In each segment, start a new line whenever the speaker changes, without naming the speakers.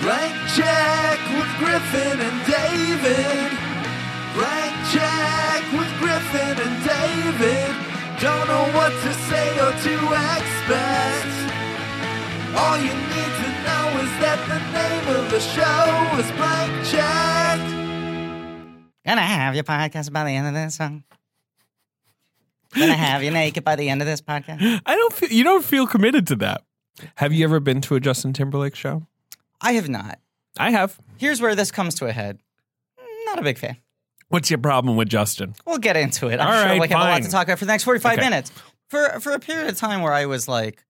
Blank check with Griffin and David. Blank check with Griffin and David. Don't know what to say or to expect. All you need to know is that the name of the show is Blank Check.
Gonna have your podcast by the end of this song. Gonna have you naked by the end of this podcast.
I don't feel you don't feel committed to that. Have you ever been to a Justin Timberlake show?
I have not.
I have.
Here's where this comes to a head. Not a big fan.
What's your problem with Justin?
We'll get into it. I'm
All
sure
right,
we have a lot
fine.
to talk about for the next 45
Okay.
minutes. For for a period of time where I was like,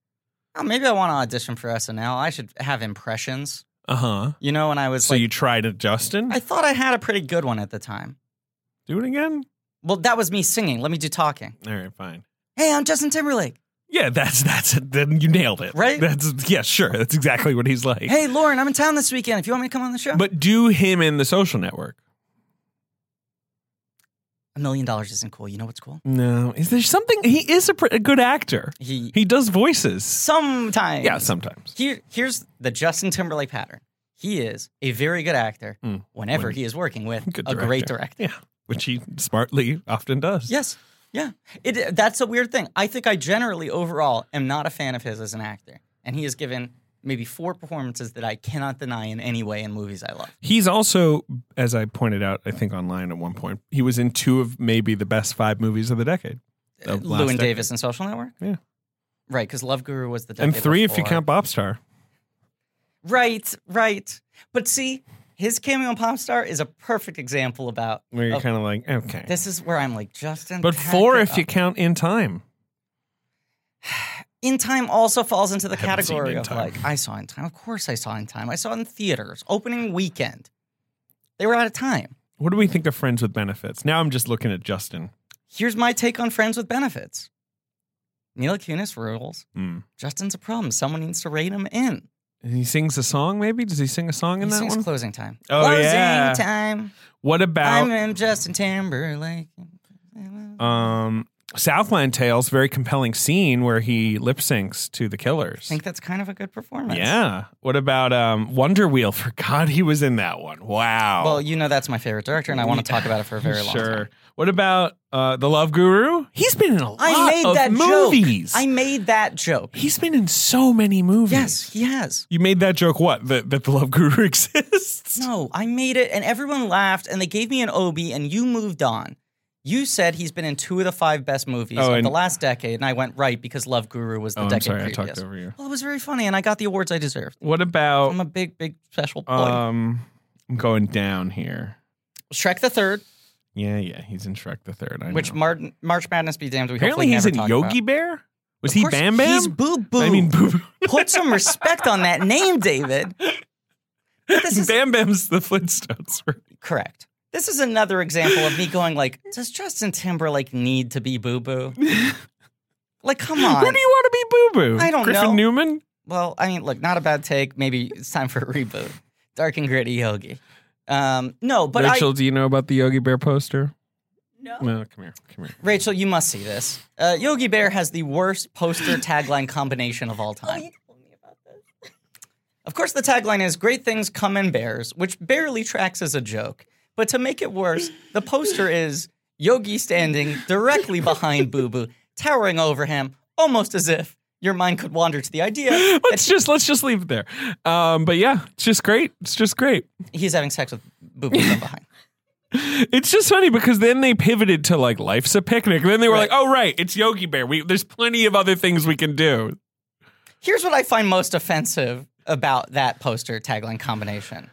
oh, maybe I want to audition for SNL. I should have impressions.
Uh huh.
You know, and I was
So
like,
you tried a Justin?
I thought I had a pretty good one at the time.
Do it again?
Well, that was me singing. Let me do talking.
All right, fine.
Hey, I'm Justin Timberlake.
Yeah, that's that's then you nailed it.
Right?
That's yeah, sure. That's exactly what he's like.
Hey, Lauren, I'm in town this weekend. If you want me to come on the show,
But do him in the social network.
a million dollars isn't cool. You know what's cool?
No, is there something? He is a, pr- a good actor.
He,
He does voices.
sometimes.
Yeah, sometimes.
Here, here's the Justin Timberlake pattern. He is a very good actor
Mm.
whenever
When-
he is working with
Good
a great director.
Yeah, which he smartly often does.
Yes. Yeah. It, that's a weird thing. I think I generally, overall, am not a fan of his as an actor. And he has given maybe four performances that I cannot deny in any way in movies I love.
He's also, as I pointed out, I think online at one point, he was in two of maybe the best five movies of the decade.
Uh,
Of last
Lou and
decade.
Davis and Social Network?
Yeah.
Right, because Love Guru was the
And
decade
three if you
before.
count Bobstar.
Right, right. But see, his cameo in Popstar is a perfect example about
Where you're
of-
kind of like, okay.
Oh. this is where I'm like, Justin.
but
pack
four
it
if you
up.
count In Time.
In Time also falls into the
haven't seen
category
In
of
Time.
like, I saw In Time. Of course I saw In Time. I saw it in theaters, opening weekend. They were out of time.
What do we think of Friends with Benefits? Now I'm just looking at Justin.
Here's my take on Friends with Benefits Neil Kunis rules.
Hmm.
Justin's a problem. Someone needs to rein him in.
And he sings a song, maybe? Does he sing a song in
He
that
sings
one?
closing time.
Oh,
closing
yeah.
time.
what
I'm
about
in Justin Timberlake.
um, Southland Tales? Very compelling scene where he lip syncs to the
I
killers.
think that's kind of a good performance.
Yeah. What about um, Wonder Wheel? For God, he was in that one. Wow.
Well, you know that's my favorite director, and I want to talk about it for a very long
sure.
time.
What about uh, the Love Guru? He's been in a lot
I made
of
that
movies.
joke. I made that joke.
He's been in so many movies.
Yes, he has.
You made that joke. What that, that the Love Guru exists?
No, I made it, and everyone laughed, and they gave me an OB, and you moved on. You said he's been in two of the five best movies
Oh,
of
and-
the last decade, and I went right because Love Guru was the
Oh, I'm
decade
sorry.
previous.
I talked over you.
Well, it was very funny, and I got the awards I deserved.
What
I'm
about
a big, big special boy.
um? I'm going down here.
Shrek the Third,
Yeah, yeah. He's in Shrek the Third. I
which
know.
Martin, March Madness be damned, we
apparently
hopefully
he's
never
in
talk
Yogi
about.
Bear. Was
Of
he
course,
Bam Bam?
He's Boo Boo.
I mean, Boo Boo.
put some respect on that name, David. But this is
Bam Bam's the Flintstones. right?
correct. This is another example of me going like, does Justin Timberlake need to be Boo Boo? Like, come on.
Who do you want to be, Boo Boo?
I don't
Griffin
know.
Newman.
Well, I mean, look, not a bad take. Maybe it's time for a reboot. Dark and gritty Yogi. Um, no, but
Rachel, do you know about the Yogi Bear poster?
No.
No, come here, come here.
I, Rachel, you must see this. Uh, Yogi Bear has the worst poster tagline combination of all
Oh,
time.
you told me about this.
Of course, the tagline is Great Things Come in Bears, which barely tracks as a joke. But to make it worse, the poster is Yogi standing directly behind Boo Boo, towering over him, almost as if your mind could wander to the idea that
Let's just let's just leave it there. Um, but yeah, it's just great. It's just great.
he's having sex with Boo Boo from behind.
It's just funny because then they pivoted to like life's a picnic. And then they were
Right.
like, oh right, it's Yogi Bear. We there's plenty of other things we can do.
Here's what I find most offensive about that poster tagline combination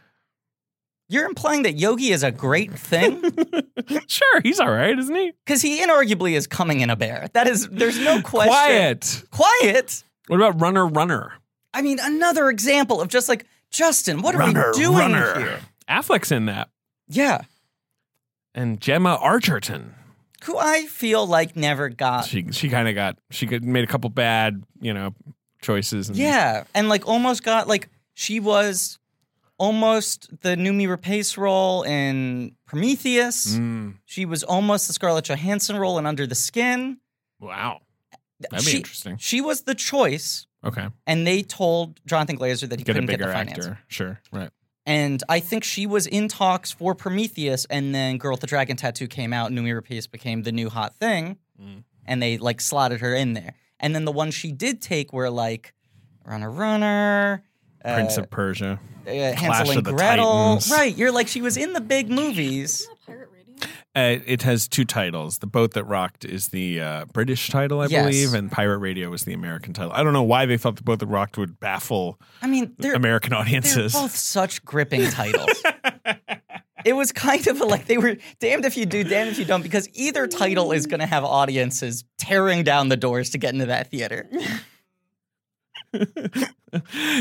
You're implying that Yogi is a great thing?
sure, he's all right, isn't he?
Because he inarguably is coming in a bear. That is, there's no question.
Quiet.
Quiet.
What about Runner Runner?
I mean, another example of just like, Justin, what are we doing here?
Affleck's in that,
Yeah.
and Gemma Archerton.
Who I feel like never got.
She she kind of got she got- made a couple bad you know choices. And
Yeah. And like almost got, like, she was almost the Numi Rapace role in Prometheus.
Mm,
She was almost the Scarlett Johansson role in Under the Skin.
wow, that'd be
she,
interesting.
She was the choice
Okay.
and they told Jonathan Glazer that he
Get a
couldn't get
bigger
the finance.
actor. Sure. Right.
And I think she was in talks for Prometheus, and then Girl with the Dragon Tattoo came out, and Numi Rapace became the new hot thing,
Mm.
and they like slotted her in there. And then the ones she did take were like Runner Runner, uh,
Prince of Persia.
uh, Hansel
Clash
and
of the
Gretel.
Titans.
Right, you're like she was in the big movies.
Isn't that pirate radio?
Uh, it has two titles. The Boat That Rocked is the uh, British title, I
Yes.
believe, and Pirate Radio is the American title. I don't know why they thought The Boat That Rocked would baffle
I mean, they're
American
They're
audiences.
both such gripping titles. it was kind of like they were damned if you do, damned if you don't, because either title is going to have audiences tearing down the doors to get into that theater.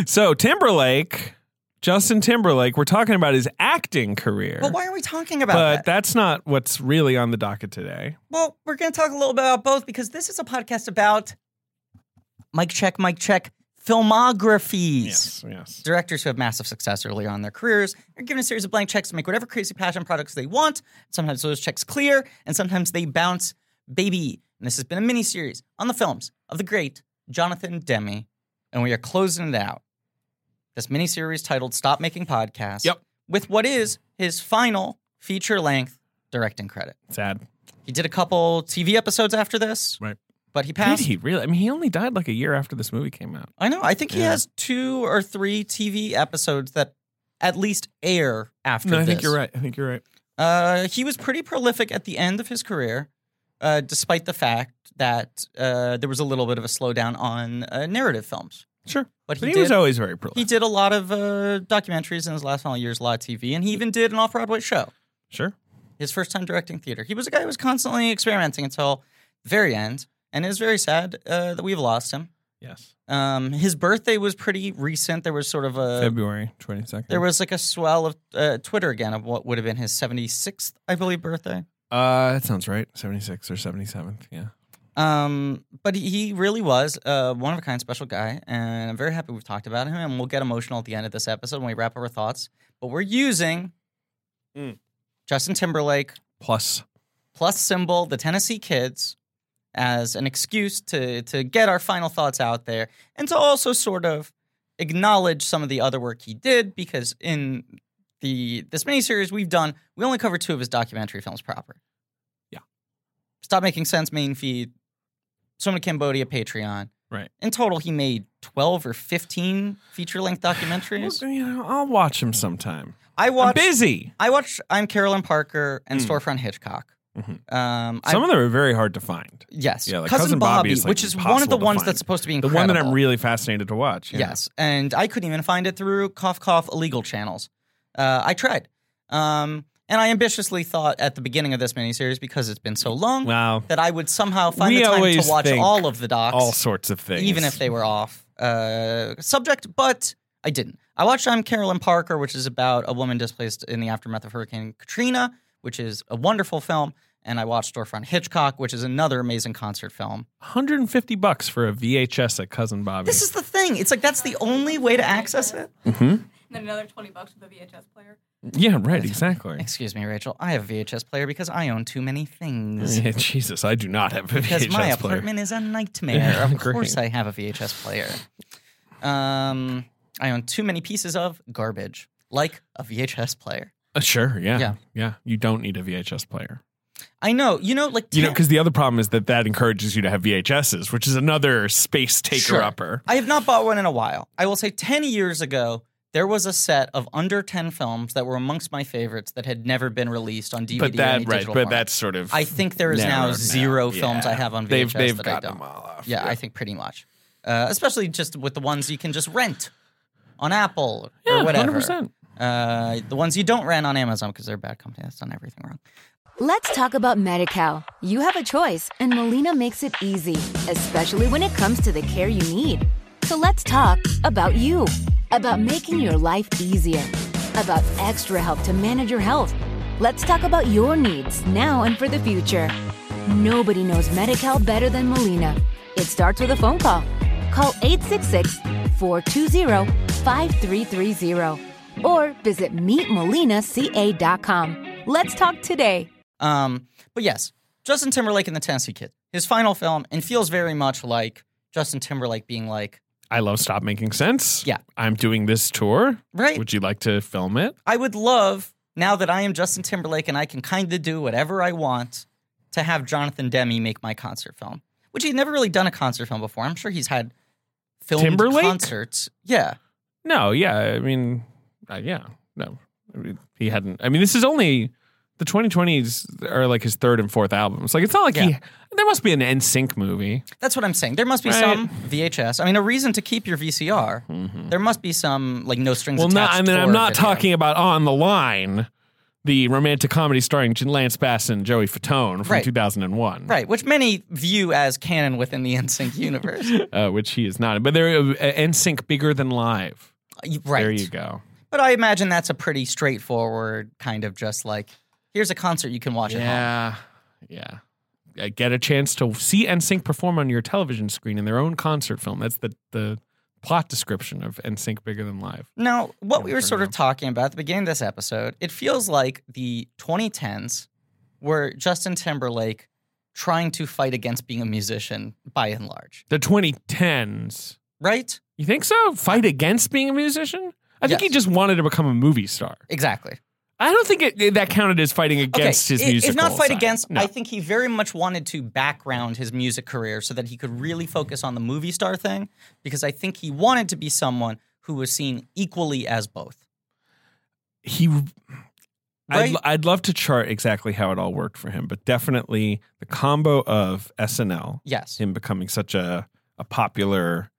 so Timberlake, Justin Timberlake, we're talking about his acting career.
But why are we talking about
But
that?
that's not what's really on the docket today.
Well, we're going to talk a little bit about both because this is a podcast about Mike Check, Mike Check filmographies.
yes.
Directors who have massive success early on in their careers are given a series of blank checks to make whatever crazy passion products they want. Sometimes those checks clear, and sometimes they bounce baby. And this has been a mini series on the films of the great Jonathan Demi, and we are closing it out. This mini series titled "Stop Making Podcasts."
Yep.
With what is his final feature length directing credit.
Sad.
He did a couple TV episodes after this,
Right.
but he
Did
passed.
he really? I mean, he only died like a year after this movie came out.
I know. I think he
Yeah.
has two or three TV episodes that at least air after.
No, I
this.
think you're right. I think you're right.
Uh, he was pretty prolific at the end of his career, uh, despite the fact that uh, there was a little bit of a slowdown on uh, narrative films.
Sure. But
But he,
he,
did.
was always very
he
prolific.
did a lot of uh, documentaries in his last final years, a lot of TV, and he even did an off Broadway show.
Sure.
His first time directing theater. He was a guy who was constantly experimenting until the very end, and it is very sad uh, that we've lost him.
Yes.
Um, his birthday was pretty recent. There was sort of a
February 22nd.
Uh, there was like a swell of uh, Twitter again of what would have been his seventy sixth, I believe, birthday.
Uh, that sounds right. 76th or 77th. Yeah.
Um, but he- he really was uh, one of a kind special guy, and I'm very happy we've talked about him. And we'll get emotional at the end of this episode when we wrap up our thoughts. But we're using
Mm.
Justin Timberlake
Plus,
plus symbol, the Tennessee Kids, as an excuse to to get our final thoughts out there, and to also sort of acknowledge some of the other work he did because in the this miniseries we've done, we only cover two of his documentary films proper.
Yeah.
Stop Making Sense, main feed, Swim to Cambodia, Patreon.
Right.
In total, he made twelve or fifteen feature length documentaries.
you know, I'll watch him sometime.
I watched.
I'm busy.
I watched. I'm Carolyn Parker and
Mm.
Storefront Hitchcock.
Mhm.
Um, I-
Some of them are very hard to find.
Yes.
Yeah, like
Cousin,
Cousin Bobby
Bobby,
is, like,
which is one of the
impossible to
ones
find.
that's supposed to be
The
incredible.
one that I'm really fascinated to watch. yeah.
Yes. And I couldn't even find it through cough cough illegal channels. Uh, I tried. Um, and I ambitiously thought at the beginning of this miniseries, because it's been so long,
Wow.
that I would somehow find
We
the time to
always
watch
think
all of the docs,
All sorts of things.
even if they were off uh, subject, but I didn't. I watched I'm Carolyn Parker, which is about a woman displaced in the aftermath of Hurricane Katrina, which is a wonderful film. And I watched Storefront Hitchcock, which is another amazing concert film.
150 bucks for a VHS at Cousin Bobby.
This is the thing. It's like that's the only way to access it.
And then another 20 bucks for the VHS player.
yeah, right, exactly.
Excuse me, Rachel. I have a VHS player because I own too many things.
Yeah, Jesus, I do not have a
Because
VHS
my
player.
apartment is a nightmare. Of
Great.
course, I have a VHS player. Um, I own too many pieces of garbage, like a VHS player.
Uh, sure, yeah,
Yeah.
yeah, You don't need a VHS player.
I know. You know, like
You know,
ten-
because the other problem is that that encourages you to have VHSs, which is another space taker
Sure.
upper.
I have not bought one in a while. I will say 10 years ago, there was a set of under 10 films that were amongst my favorites that had never been released on DVD
But
or
that
any
right,
digital
but
format.
that's sort of.
I think there is now
narrowed
zero
Yeah.
films I have on VHS
They've they've
that I
got
don't.
them all off.
Yeah, I think pretty much. Uh, especially just with the ones you can just rent on Apple or whatever.
100%.
Uh, the ones you don't rent on Amazon because they're a bad company. That's done everything wrong.
Let's talk about MediCal. You have a choice, and Molina makes it easy, especially when it comes to the care you need. So let's talk about you, about making your life easier, about extra help to manage your health. Let's talk about your needs now and for the future. Nobody knows MediCal better than Molina. It starts with a phone call. Call 866 420 5330 or visit meetmolinaca.com. Let's talk today.
Um, but yes, Justin Timberlake and the Tennessee Kid, his final film, and feels very much like Justin Timberlake being like,
I love Stop Making Sense.
Yeah.
I'm doing this tour.
Right.
Would you like to film it?
I would love now that I am Justin Timberlake and I can kind of do whatever I want to have Jonathan Demi make my concert film, which he's never really done a concert film before. I'm sure he's had filmed
Timberlake?
concerts. Yeah,
No, yeah. I mean, uh, yeah. No. I mean, he hadn't. I mean, this is only the 2020s are like his third and fourth albums. Like, it's not like he.
Yeah.
There must be an NSYNC movie.
that's what I'm saying. There must be
Right.
some VHS. I mean, a reason to keep your VCR.
Mm-hmm.
There must be some like no strings
Well, not.
attached.
I mean, I'm
tour
not
video.
talking about On the Line, the romantic comedy starring Lance Bass and Joey Fatone from
Right.
2001.
right, which many view as canon within the NSYNC universe.
Uh, which he is not. But they're uh, NSYNC bigger than live.
right,
There you go.
but I imagine that's a pretty straightforward kind of just like here's a concert you can watch at home.
Yeah. Yeah. Uh, Get a chance to see NSYNC perform on your television screen in their own concert film. That's the, the plot description of NSYNC Bigger Than Live.
Now, what we
Yeah,
were
fair
sort of
enough.
talking about at the beginning of this episode, it feels like the 2010s were Justin Timberlake trying to fight against being a musician by and large,
The 2010s.
right?
You think so? Fight against being a musician? I think
Yes.
he just wanted to become a movie star.
Exactly.
I don't think it, that counted as fighting against his
i-
music.
If not fight against, I think he very much wanted to background his music career so that he could really focus on the movie star thing because I think he wanted to be someone who was seen equally as both.
he
Right?
I'd, I'd love to chart exactly how it all worked for him, but definitely the combo of SNL,
Yes.
him becoming such a, a popular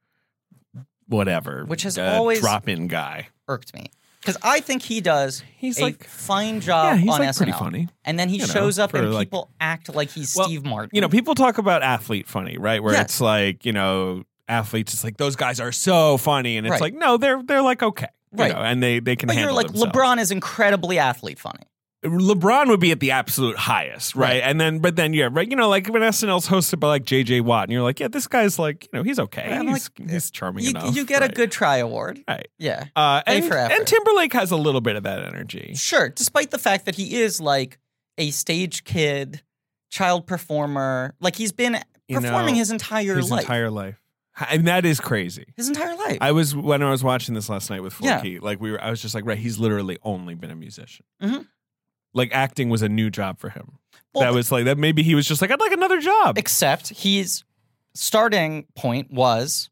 whatever,
Which has
uh,
always-
drop-in guy.
Irked me. Because I think he does
He's
a
like-
fine job
yeah, he's
on
like
SNL.
pretty funny.
And then he
You know,
shows up
for,
and
like-
people act like he's
Well,
Steve Martin.
You know, people talk about athlete funny, right? Where
Yes.
it's like you know athletes, it's like those guys are so funny, and it's
Right.
like no, they're they're like okay, you
Right.
know, and they they can
but you're
handle
like
themselves.
LeBron is incredibly athlete funny.
LeBron would be at the absolute highest, right?
Right.
And then, but then, yeah, right. You know, like when SNL's hosted by like JJ Watt, and you're like, yeah, this guy's like, you know, he's okay.
Right, I'm
he's,
like,
he's charming
You,
enough.
you get
right.
a good try award.
right?
Yeah.
Uh,
A
and,
for effort.
and Timberlake has a little bit of that energy.
Sure, despite the fact that he is like a stage kid, child performer, like he's been
You know,
performing his entire
His
life.
entire life, and that is crazy.
his entire life.
I was when I was watching this last night with
Yeah.
Flokey, like we were. I was just like, right, he's literally only been a musician.
Mhm.
Like acting was a new job for him.
Well,
that was like that. Maybe he was just like, I'd like another job.
except his starting point was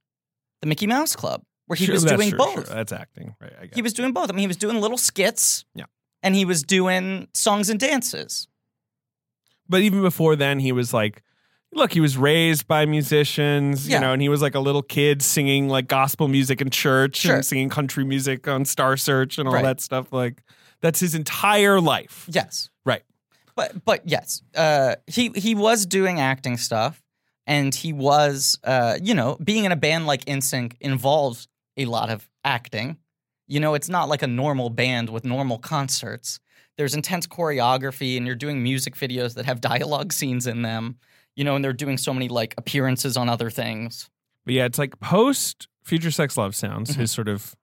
the Mickey Mouse Club, where he
Sure,
was
that's
doing
true, Uh,
both.
sure, That's acting, right? I guess.
He was doing both. I mean, he was doing little skits.
Yeah.
And he was doing songs and dances.
but even before then he was like look he was raised by musicians
Yeah.
you know and he was like a little kid singing like gospel music in church
Sure.
and singing country music on star search and all
Right.
that stuff like that's his entire life
Yes.
right
But but yes, uh, he he was doing acting stuff, and he was uh, you know being in a band like NSYNC involves a lot of acting. You know, it's not like a normal band with normal concerts. There's intense choreography, and you're doing music videos that have dialogue scenes in them. You know, and they're doing so many like appearances on other things.
but yeah it's like post future sex love sounds his sort of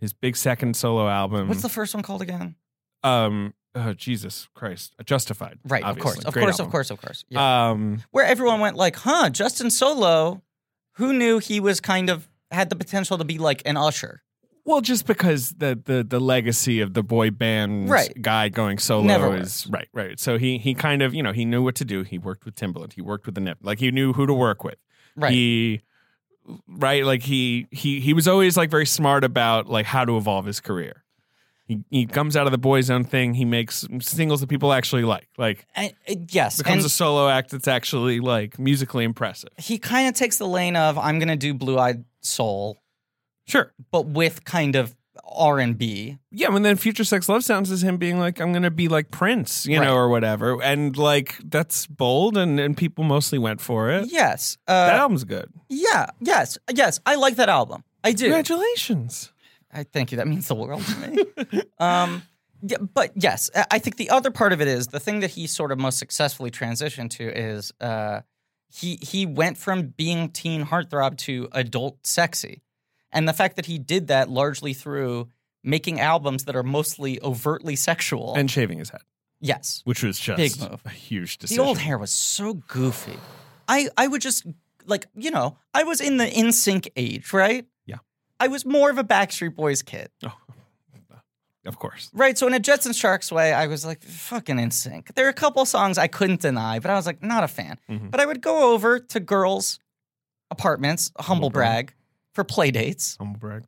his big second solo album
Mm-hmm. What's the first one called again?
um oh jesus christ justified
Right,
obviously.
of course, of
Great
course, of
album.
course, of course. Yeah.
um
where everyone went like, "Huh, Justin Solo, who knew he was kind of had the potential to be like an Usher?"
Well, just because the the, the legacy of the boy band
Right.
guy going solo
Never
is right, right. So he he kind of you know he knew what to do. He worked with Timbaland. He worked with the Nip. Like he knew who to work with.
Right.
He right like he he he was always like very smart about like how to evolve his career. He he comes out of the boy zone thing. He makes singles that people actually like. Like
And, and- yes,
becomes
and
a solo act that's actually like musically impressive.
he kind of takes the lane of I'm gonna do Blue Eyed Soul,
Sure.
but with kind of R and B.
yeah, and then Future Sex Love Sounds is him being like, I'm gonna be like Prince, you
Right.
know, or whatever. And like that's bold and, and people mostly went for it.
Yes,
That
uh,
album's good.
yeah, yes, yes. I like that album. I do.
Congratulations.
I thank you. That means the world to me. um, yeah, but yes, I- I think the other part of it is the thing that he sort of most successfully transitioned to is uh, he he went from being teen heartthrob to adult sexy, and the fact that he did that largely through making albums that are mostly overtly sexual.
And shaving his head,
yes,
which was just
Big move.
a huge
the
decision.
old hair was so goofy. I I would just like you know, I was in the in sync age, right?
Yeah.
I was more of a Backstreet Boys kid,
Of course.
right? So in a Jets and Sharks way, I was like fucking in sync. There are a couple songs I couldn't deny, but I was like not a fan.
Mhm.
But I would go over to girls' apartments, humble
Humble brag.
brag, for play dates
Humble brag.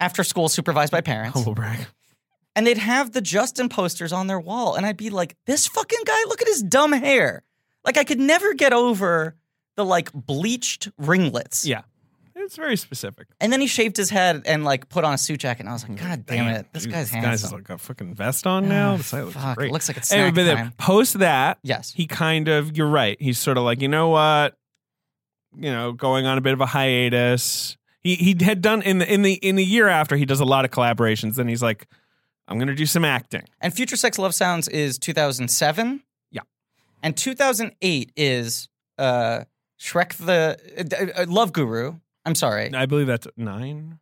after school, supervised by parents.
Humble brag.
and they'd have the Justin posters on their wall, and I'd be like, "This fucking guy, look at his dumb hair." Like I could never get over the like bleached ringlets.
Yeah. It's very specific.
And then he shaved his head and like put on a suit jacket, and I was like, "God damn it, this
Mm-hmm. Dude,
guy's
this
handsome."
Guy's like a fucking vest on now.
Oh,
This guy looks
fuck,
great.
looks like it's
Anyway,
snack
but then
time.
post that,
yes.
he kind of you're right. He's sort of like, you know what? You know, going on a bit of a hiatus. He he had done in the in the in the year after he does a lot of collaborations, and he's like, I'm gonna do some acting.
And Future Sex Love Sounds is 2007.
Yeah.
And 2008 is uh Shrek the uh, uh, Love Guru. I'm sorry.
I believe that's nine.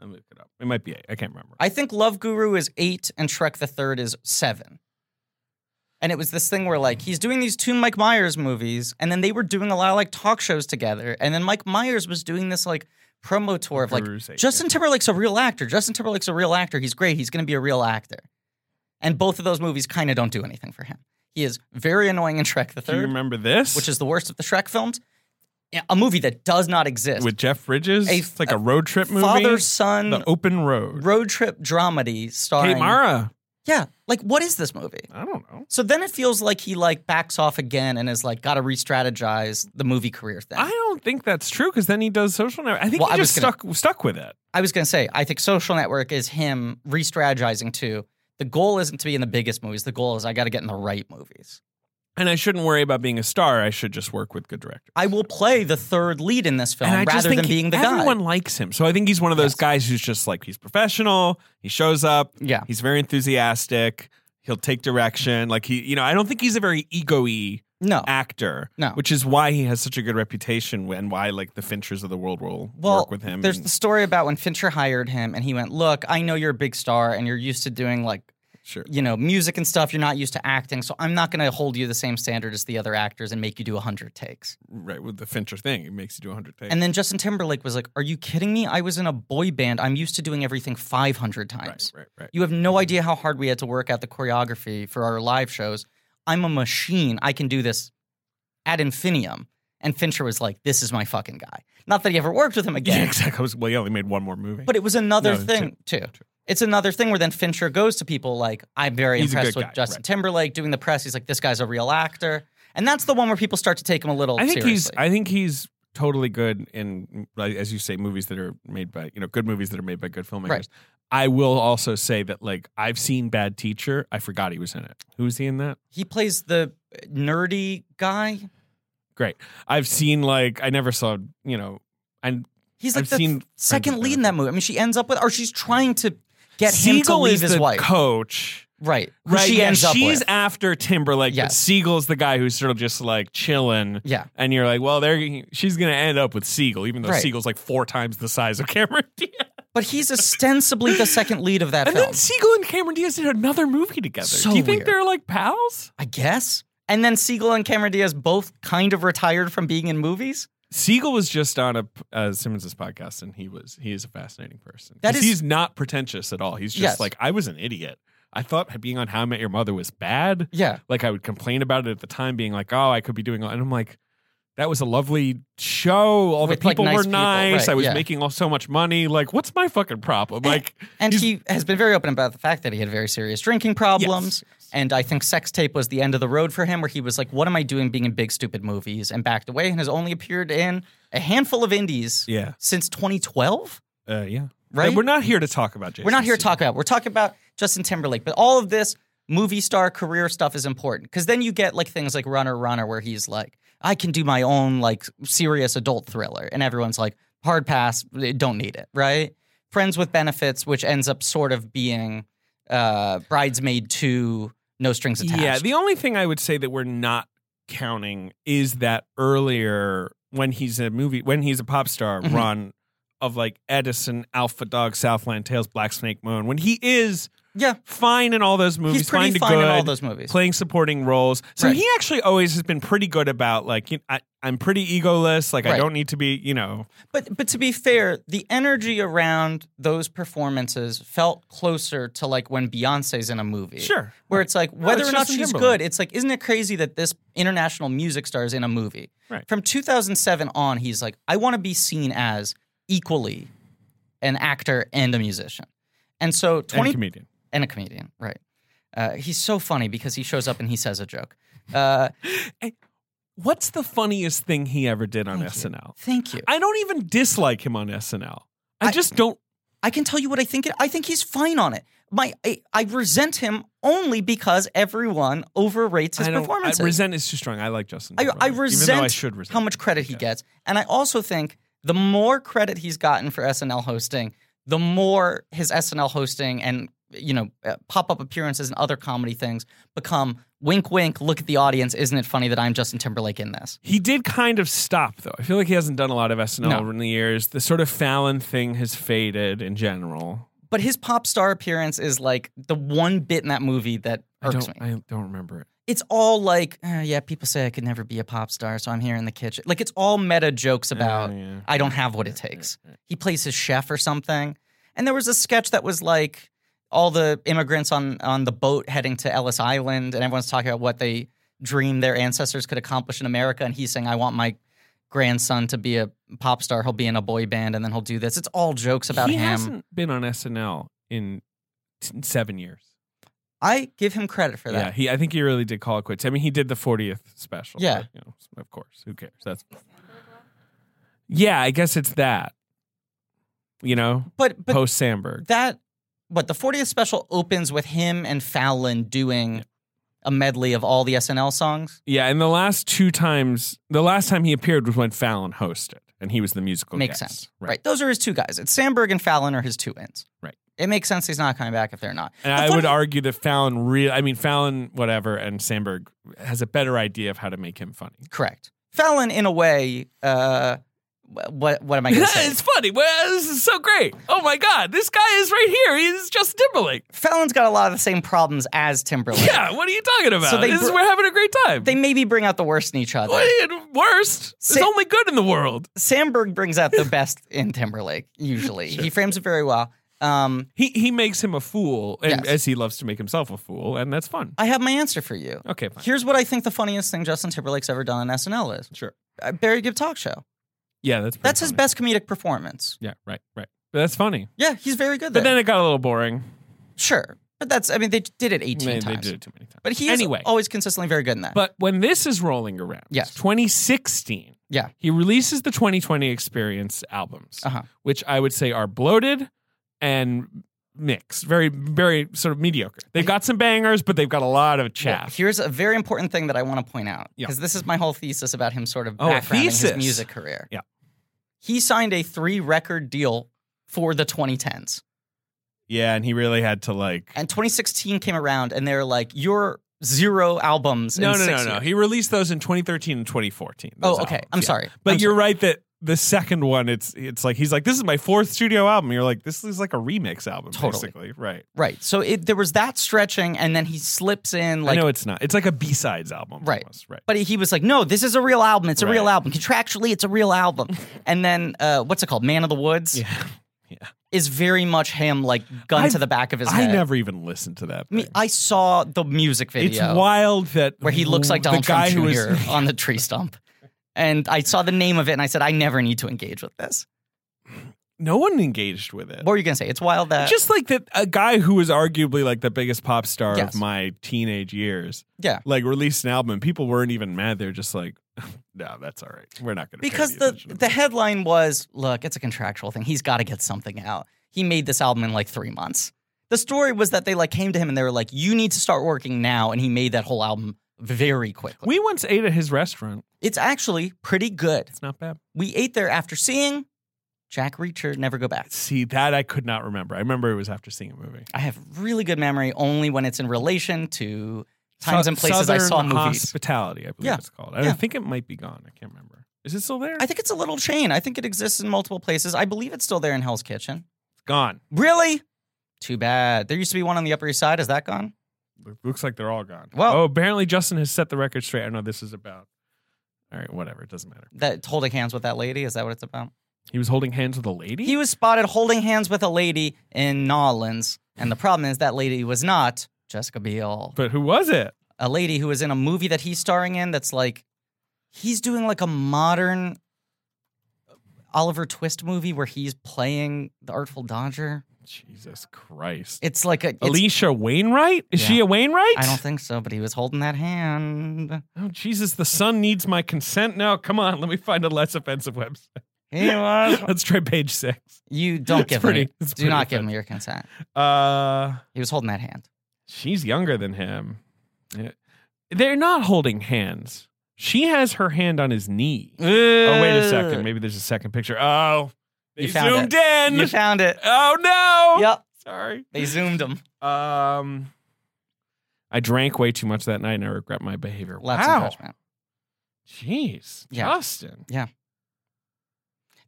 I look it up. It might be eight. I can't remember.
I think Love Guru is eight and Shrek the Third is seven. And it was this thing where like he's doing these two Mike Myers movies, and then they were doing a lot of like talk shows together, and then Mike Myers was doing this like promo tour of like
Guru's eight,
Justin Timberlake's a real actor. Justin Timberlake's a real actor. He's great. He's going to be a real actor. And both of those movies kind of don't do anything for him. He is very annoying in Shrek the
Do you
Third,
remember this?
which is the worst of the Shrek films. Yeah, A movie that does not exist.
with Jeff Bridges.
A-
it's like a road trip movie.
Father son
the open road.
road trip dramedy starring
Kate Mara.
Yeah, like what is this movie?
I don't know.
So then it feels like he like backs off again and is like got to re-strategize the movie career thing.
I
I,
don't think that's true because then he does social network. I think
Well,
he
I
just
was gonna-
stuck stuck with it.
was gonna say I think Social Network is him re-strategizing too. The goal isn't to be in the biggest movies. The goal is I got to get in the right movies.
And I shouldn't worry about being a star. I should just work with good directors.
I will play the third lead in this film
and I just
Oh, rather
think
than
he-
being the
everyone
guy.
likes him. So I think he's one of those
Yes.
guys who's just like he's professional. He shows up.
Yeah.
He's very enthusiastic. He'll take direction. Like he, you know, I don't think he's a very ego-y
No.
actor.
No.
Which is why he has such a good reputation and why like the Finchers of the world will
Well,
work with him.
there's
and-
the story about when Fincher hired him and he went, "Look, I know you're a big star and you're used to doing like
sure.
you know, music and stuff, you're not used to acting, so I'm not going to hold you to the same standard as the other actors and make you do 100 takes.
Right, with the Fincher thing. It makes you do 100 things.
And then Justin Timberlake was like, Are you kidding me? I was in a boy band. I'm used to doing everything 500 times.
right, right, right.
You have no idea how hard we had to work out the choreography for our live shows. I'm a machine. I can do this ad infinitum. And Fincher was like, This is my fucking guy. Not that he ever worked with him again.
Yeah, exactly. I was, well, he only made one more movie.
But it was another
No, it's
thing too. It's another thing where then Fincher goes to people like, "I'm very
He's a
impressed
good
with
guy,
Justin
right.
Timberlake doing the press." He's like, "This guy's a real actor," and that's the one where people start to take him a little.
I think he's
seriously.
I think he's totally good in like, as you say movies that are made by you know good movies that are made by good filmmakers.
Right.
I will also say that like I've seen Bad Teacher. I forgot he was in it. Who was he in that?
he plays the nerdy guy.
Great. I've seen like I never saw you know and
He's like
I've
the
seen Friends
second
with
lead in that movie. I mean, she ends up with, or she's trying to get him to
Siegel
leave
is
his
the
wife,
coach.
right? Who
Right,
she
yeah,
ends up
she's
with.
after Timberlake, but
Yes.
Siegel's the guy who's sort of just like chilling.
yeah,
And you're like, well, there she's gonna end up with Siegel, even though
Right.
Siegel's like four times the size of Cameron Diaz.
but he's ostensibly the second lead of that
And
film.
then Siegel and Cameron Diaz did another movie together.
So
Do you think
weird.
they're like pals?
I guess. And then Siegel and Cameron Diaz both kind of retired from being in movies.
Siegel was just on a uh, Simmons's podcast, and he was he is a fascinating person.
That
'Cause
is-
he's not pretentious at all. He's just
Yes.
like I was an idiot. I thought being on How I Met Your Mother was bad.
Yeah.
Like I would complain about it at the time, being like, oh, I could be doing. And I'm like, that was a lovely show. All
With,
the
like,
people
nice
were
people.
nice.
Right,
I was
yeah.
making all so much money. Like, what's my fucking problem? Like,
And
he's-
he has been very open about the fact that he had very serious drinking problems. And I think sex tape was the end of the road for him, where he was like, What am I doing being in big, stupid movies? and backed away and has only appeared in a handful of indies
yeah,
since 2012.
uh, yeah,
Right?
And We're not here to talk about Jason.
We're not here to
Segel.
talk about. We're talking about Justin Timberlake, but all of this movie star career stuff is important because then you get like things like Runner Runner, where he's like, I can do my own like serious adult thriller, and everyone's like, hard pass, eh, don't need it, right? Friends with Benefits, which ends up sort of being uh, Bridesmaid Two, No Strings Attached.
Yeah, the only thing I would say that we're not counting is that earlier when he's a movie when he's a pop star
Mhm.
run of like Edison, Alpha Dog, Southland Tales, Black Snake Moon when he is
Yeah.
fine in all those movies.
He's pretty
to
fine in
good,
all those movies.
Playing supporting roles. So
Right.
he actually always has been pretty good about like you I, I'm pretty egoless. Like I
Right.
don't need to be you know
But but to be fair, the energy around those performances felt closer to like when Beyonce's in a movie.
Sure.
Where it's like whether
it's
or not
Justin
she's
Timberlake.
good, it's like isn't it crazy that this international music star is in a movie?
Right.
From 2007 on, he's like I want to be seen as equally an actor and a musician. And so 20
and comedian.
and a comedian, right. Uh, he's so funny because he shows up and he says a joke. Uh,
What's the funniest thing he ever did on
Thank you.
SNL?
thank you.
I don't even dislike him on SNL. I,
I-
just don't.
I can tell you what I think. It, I think he's fine on it. My, I, I resent him only because everyone overrates his
I don't-
performances.
I, resent is too strong. I like Justin.
I,
Timberlake,
I
even though
resent
I should resent
how much credit he gets, and I also think the more credit he's gotten for SNL hosting, the more his SNL hosting and you know pop up appearances and other comedy things become wink wink. Look at the audience. Isn't it funny that I'm Justin Timberlake in this?
He did kind of stop though. I feel like he hasn't done a lot of SNL
No.
over the years. The sort of Fallon thing has faded in general.
But his pop star appearance is like the one bit in that movie that
I
irks
don't.
me.
I don't remember it.
it's all like, "Uh, yeah, people say I could never be a pop star, so I'm here in the kitchen. Like, it's all meta jokes about
yeah.
I don't have what it takes. He plays his chef or something. And there was a sketch that was like all the immigrants on on the boat heading to Ellis Island, and everyone's talking about what they dream their ancestors could accomplish in America, and he's saying, "I want my." Grandson to be a pop star, he'll be in a boy band, and then he'll do this. It's all jokes about
he
him.
hasn't been on SNL in t- seven years.
I give him credit for
Yeah,
that.
he. I think he really did call it quits. I mean, he did the 40th special.
Yeah.
but, you know, of course. Who cares? That's. Yeah, I guess it's that. You know,
But but
post Sandberg.
that what the 40th special opens with him and Fallon doing a medley of all the SNL songs.
Yeah, and the last two times, the last time he appeared was when Fallon hosted, and he was the musical.
makes
guest.
sense. Right. Those are his two guys. It's Sandberg and Fallon are his two ends.
Right.
It makes sense he's not coming back if they're not.
And
The
I
funny-
would argue that Fallon, real, I mean Fallon, whatever, and Sandberg has a better idea of how to make him funny.
Correct. Fallon, in a way, uh, wh- what what am I going to say?
funny. Well, this is so great. Oh my god, this guy is right here. He's just Timberlake.
Fallon's got a lot of the same problems as Timberlake.
what are you talking about?
So they br-
we're having a great time.
They maybe bring out the worst in each other.
you, worst? It's
Sa-
only good in the world.
Sandberg brings out the best in Timberlake, usually. He frames it very well. Um,
He he makes him a fool, and
Yes.
as he loves to make himself a fool, and that's fun.
I have my answer for you.
Okay, fine.
Here's what I think the funniest thing Justin Timberlake's ever done on SNL is
Sure.
uh, Barry Gibb talk show.
Yeah, that's pretty
That's his
funny.
best comedic performance.
Yeah, right, right. But that's funny.
Yeah, he's very good.
But
there.
then it got a little boring.
sure, but that's I mean they did it 18
They, they
times.
did it too many times.
But he is
anyway.
always consistently very good in that.
But when this is rolling around,
Yes.
2016,
yeah,
he releases the 2020 Experience albums,
Uh-huh.
which I would say are bloated and mixed, very, very sort of mediocre. They've got some bangers, but they've got a lot of
Well,
chaff.
here's a very important thing that I want to point out
Yeah.
because this is my whole thesis about him sort of
Oh, a
backgrounding his
thesis.
music career.
Yeah.
he signed a three record deal for the 2010s,
yeah, and he really had to like.
and 2016 came around, and they're like, "You're zero albums."
No,
in
no,
six
no, no.
years."
He released those in 2013 and 2014. those
oh, okay.
albums,
I'm
yeah.
sorry,
But
I'm
you're right that the second one, it's it's like he's like, this is my fourth studio album. You're like, this is like a remix album,
Totally.
basically, right?
sorry. right. So it, there was that stretching, and then he slips in like
I know it's not. It's like a B sides album,
Right.
Almost, right.
But he was like, no, this is a real album. It's a real
Right.
album. Contractually, it's a real album. and then, uh, what's it called? Man of the Woods
yeah.
is very much him, like, gun to
I've-
the back of his
I
head.
never even listened to that.
I, mean,
thing.
I saw the music
it's
video
wild that
where he looks like
the
Donald Trump
guy
Jr.
who is-
on the tree stump. And I saw the name of it and I said, I never need to engage with this.
no one engaged with it.
What were you going to say? It's wild that.
Just like that, a guy who was arguably like the biggest pop star
Yes.
of my teenage years,
yeah.
like released an album, and people weren't even mad. They're just like, no, that's all right. We're not going to
Because the, the headline was look, it's a contractual thing. He's got to get something out. He made this album in like three months. The story was that they like came to him and they were like, you need to start working now. And he made that whole album very quickly.
we once ate at his restaurant.
it's actually pretty good.
It's not bad.
We ate there after seeing Jack Reacher, Never Go Back.
See that I could not remember. I remember it was after seeing a movie.
I have really good memory only when it's in relation to times
Sou-
and places I saw
Southern
movies.
Hospitality, I believe
Yeah.
it's called. I
Yeah.
think it might be gone. I can't remember. Is it still there?
I think it's a little chain. I think it exists in multiple places. I believe it's still there in Hell's Kitchen.
it's gone.
Really? Too bad. There used to be one on the Upper East Side. Is that gone?
Looks like they're all gone.
Well-
oh, apparently Justin has set the record straight. I know this is about. All right, whatever. It doesn't matter.
That holding hands with that lady. Is that what it's about?
He was holding hands with a lady.
He was spotted holding hands with a lady in Nolans, and the problem is that lady was not Jessica Biel,
but who was it?
a lady who is in a movie that he's starring in. That's like he's doing like a modern Oliver Twist movie where he's playing the Artful Dodger.
Jesus Christ.
It's like a it's-
Alicia Wainwright? Is
Yeah.
she a Wainwright?
I don't think so, but he was holding that hand.
Oh Jesus, the sun needs my consent now. Come on, let me find a less offensive website.
He was.
Let's try page six.
You don't
It's
give
pretty-
me.
it's
Do
pretty
not give me your consent.
Uh
He was holding that hand.
she's younger than him. Yeah. They're not holding hands. She has her hand on his knee. Oh, wait a second. Maybe there's a second picture. Oh. They
Uh, You found
zoomed in.
You found it.
oh no.
Yep.
Sorry.
They zoomed him.
Um I drank way too much that night and I regret my behavior.
Lapse in
wow.
judgment.
Jeez.
Yeah.
Justin.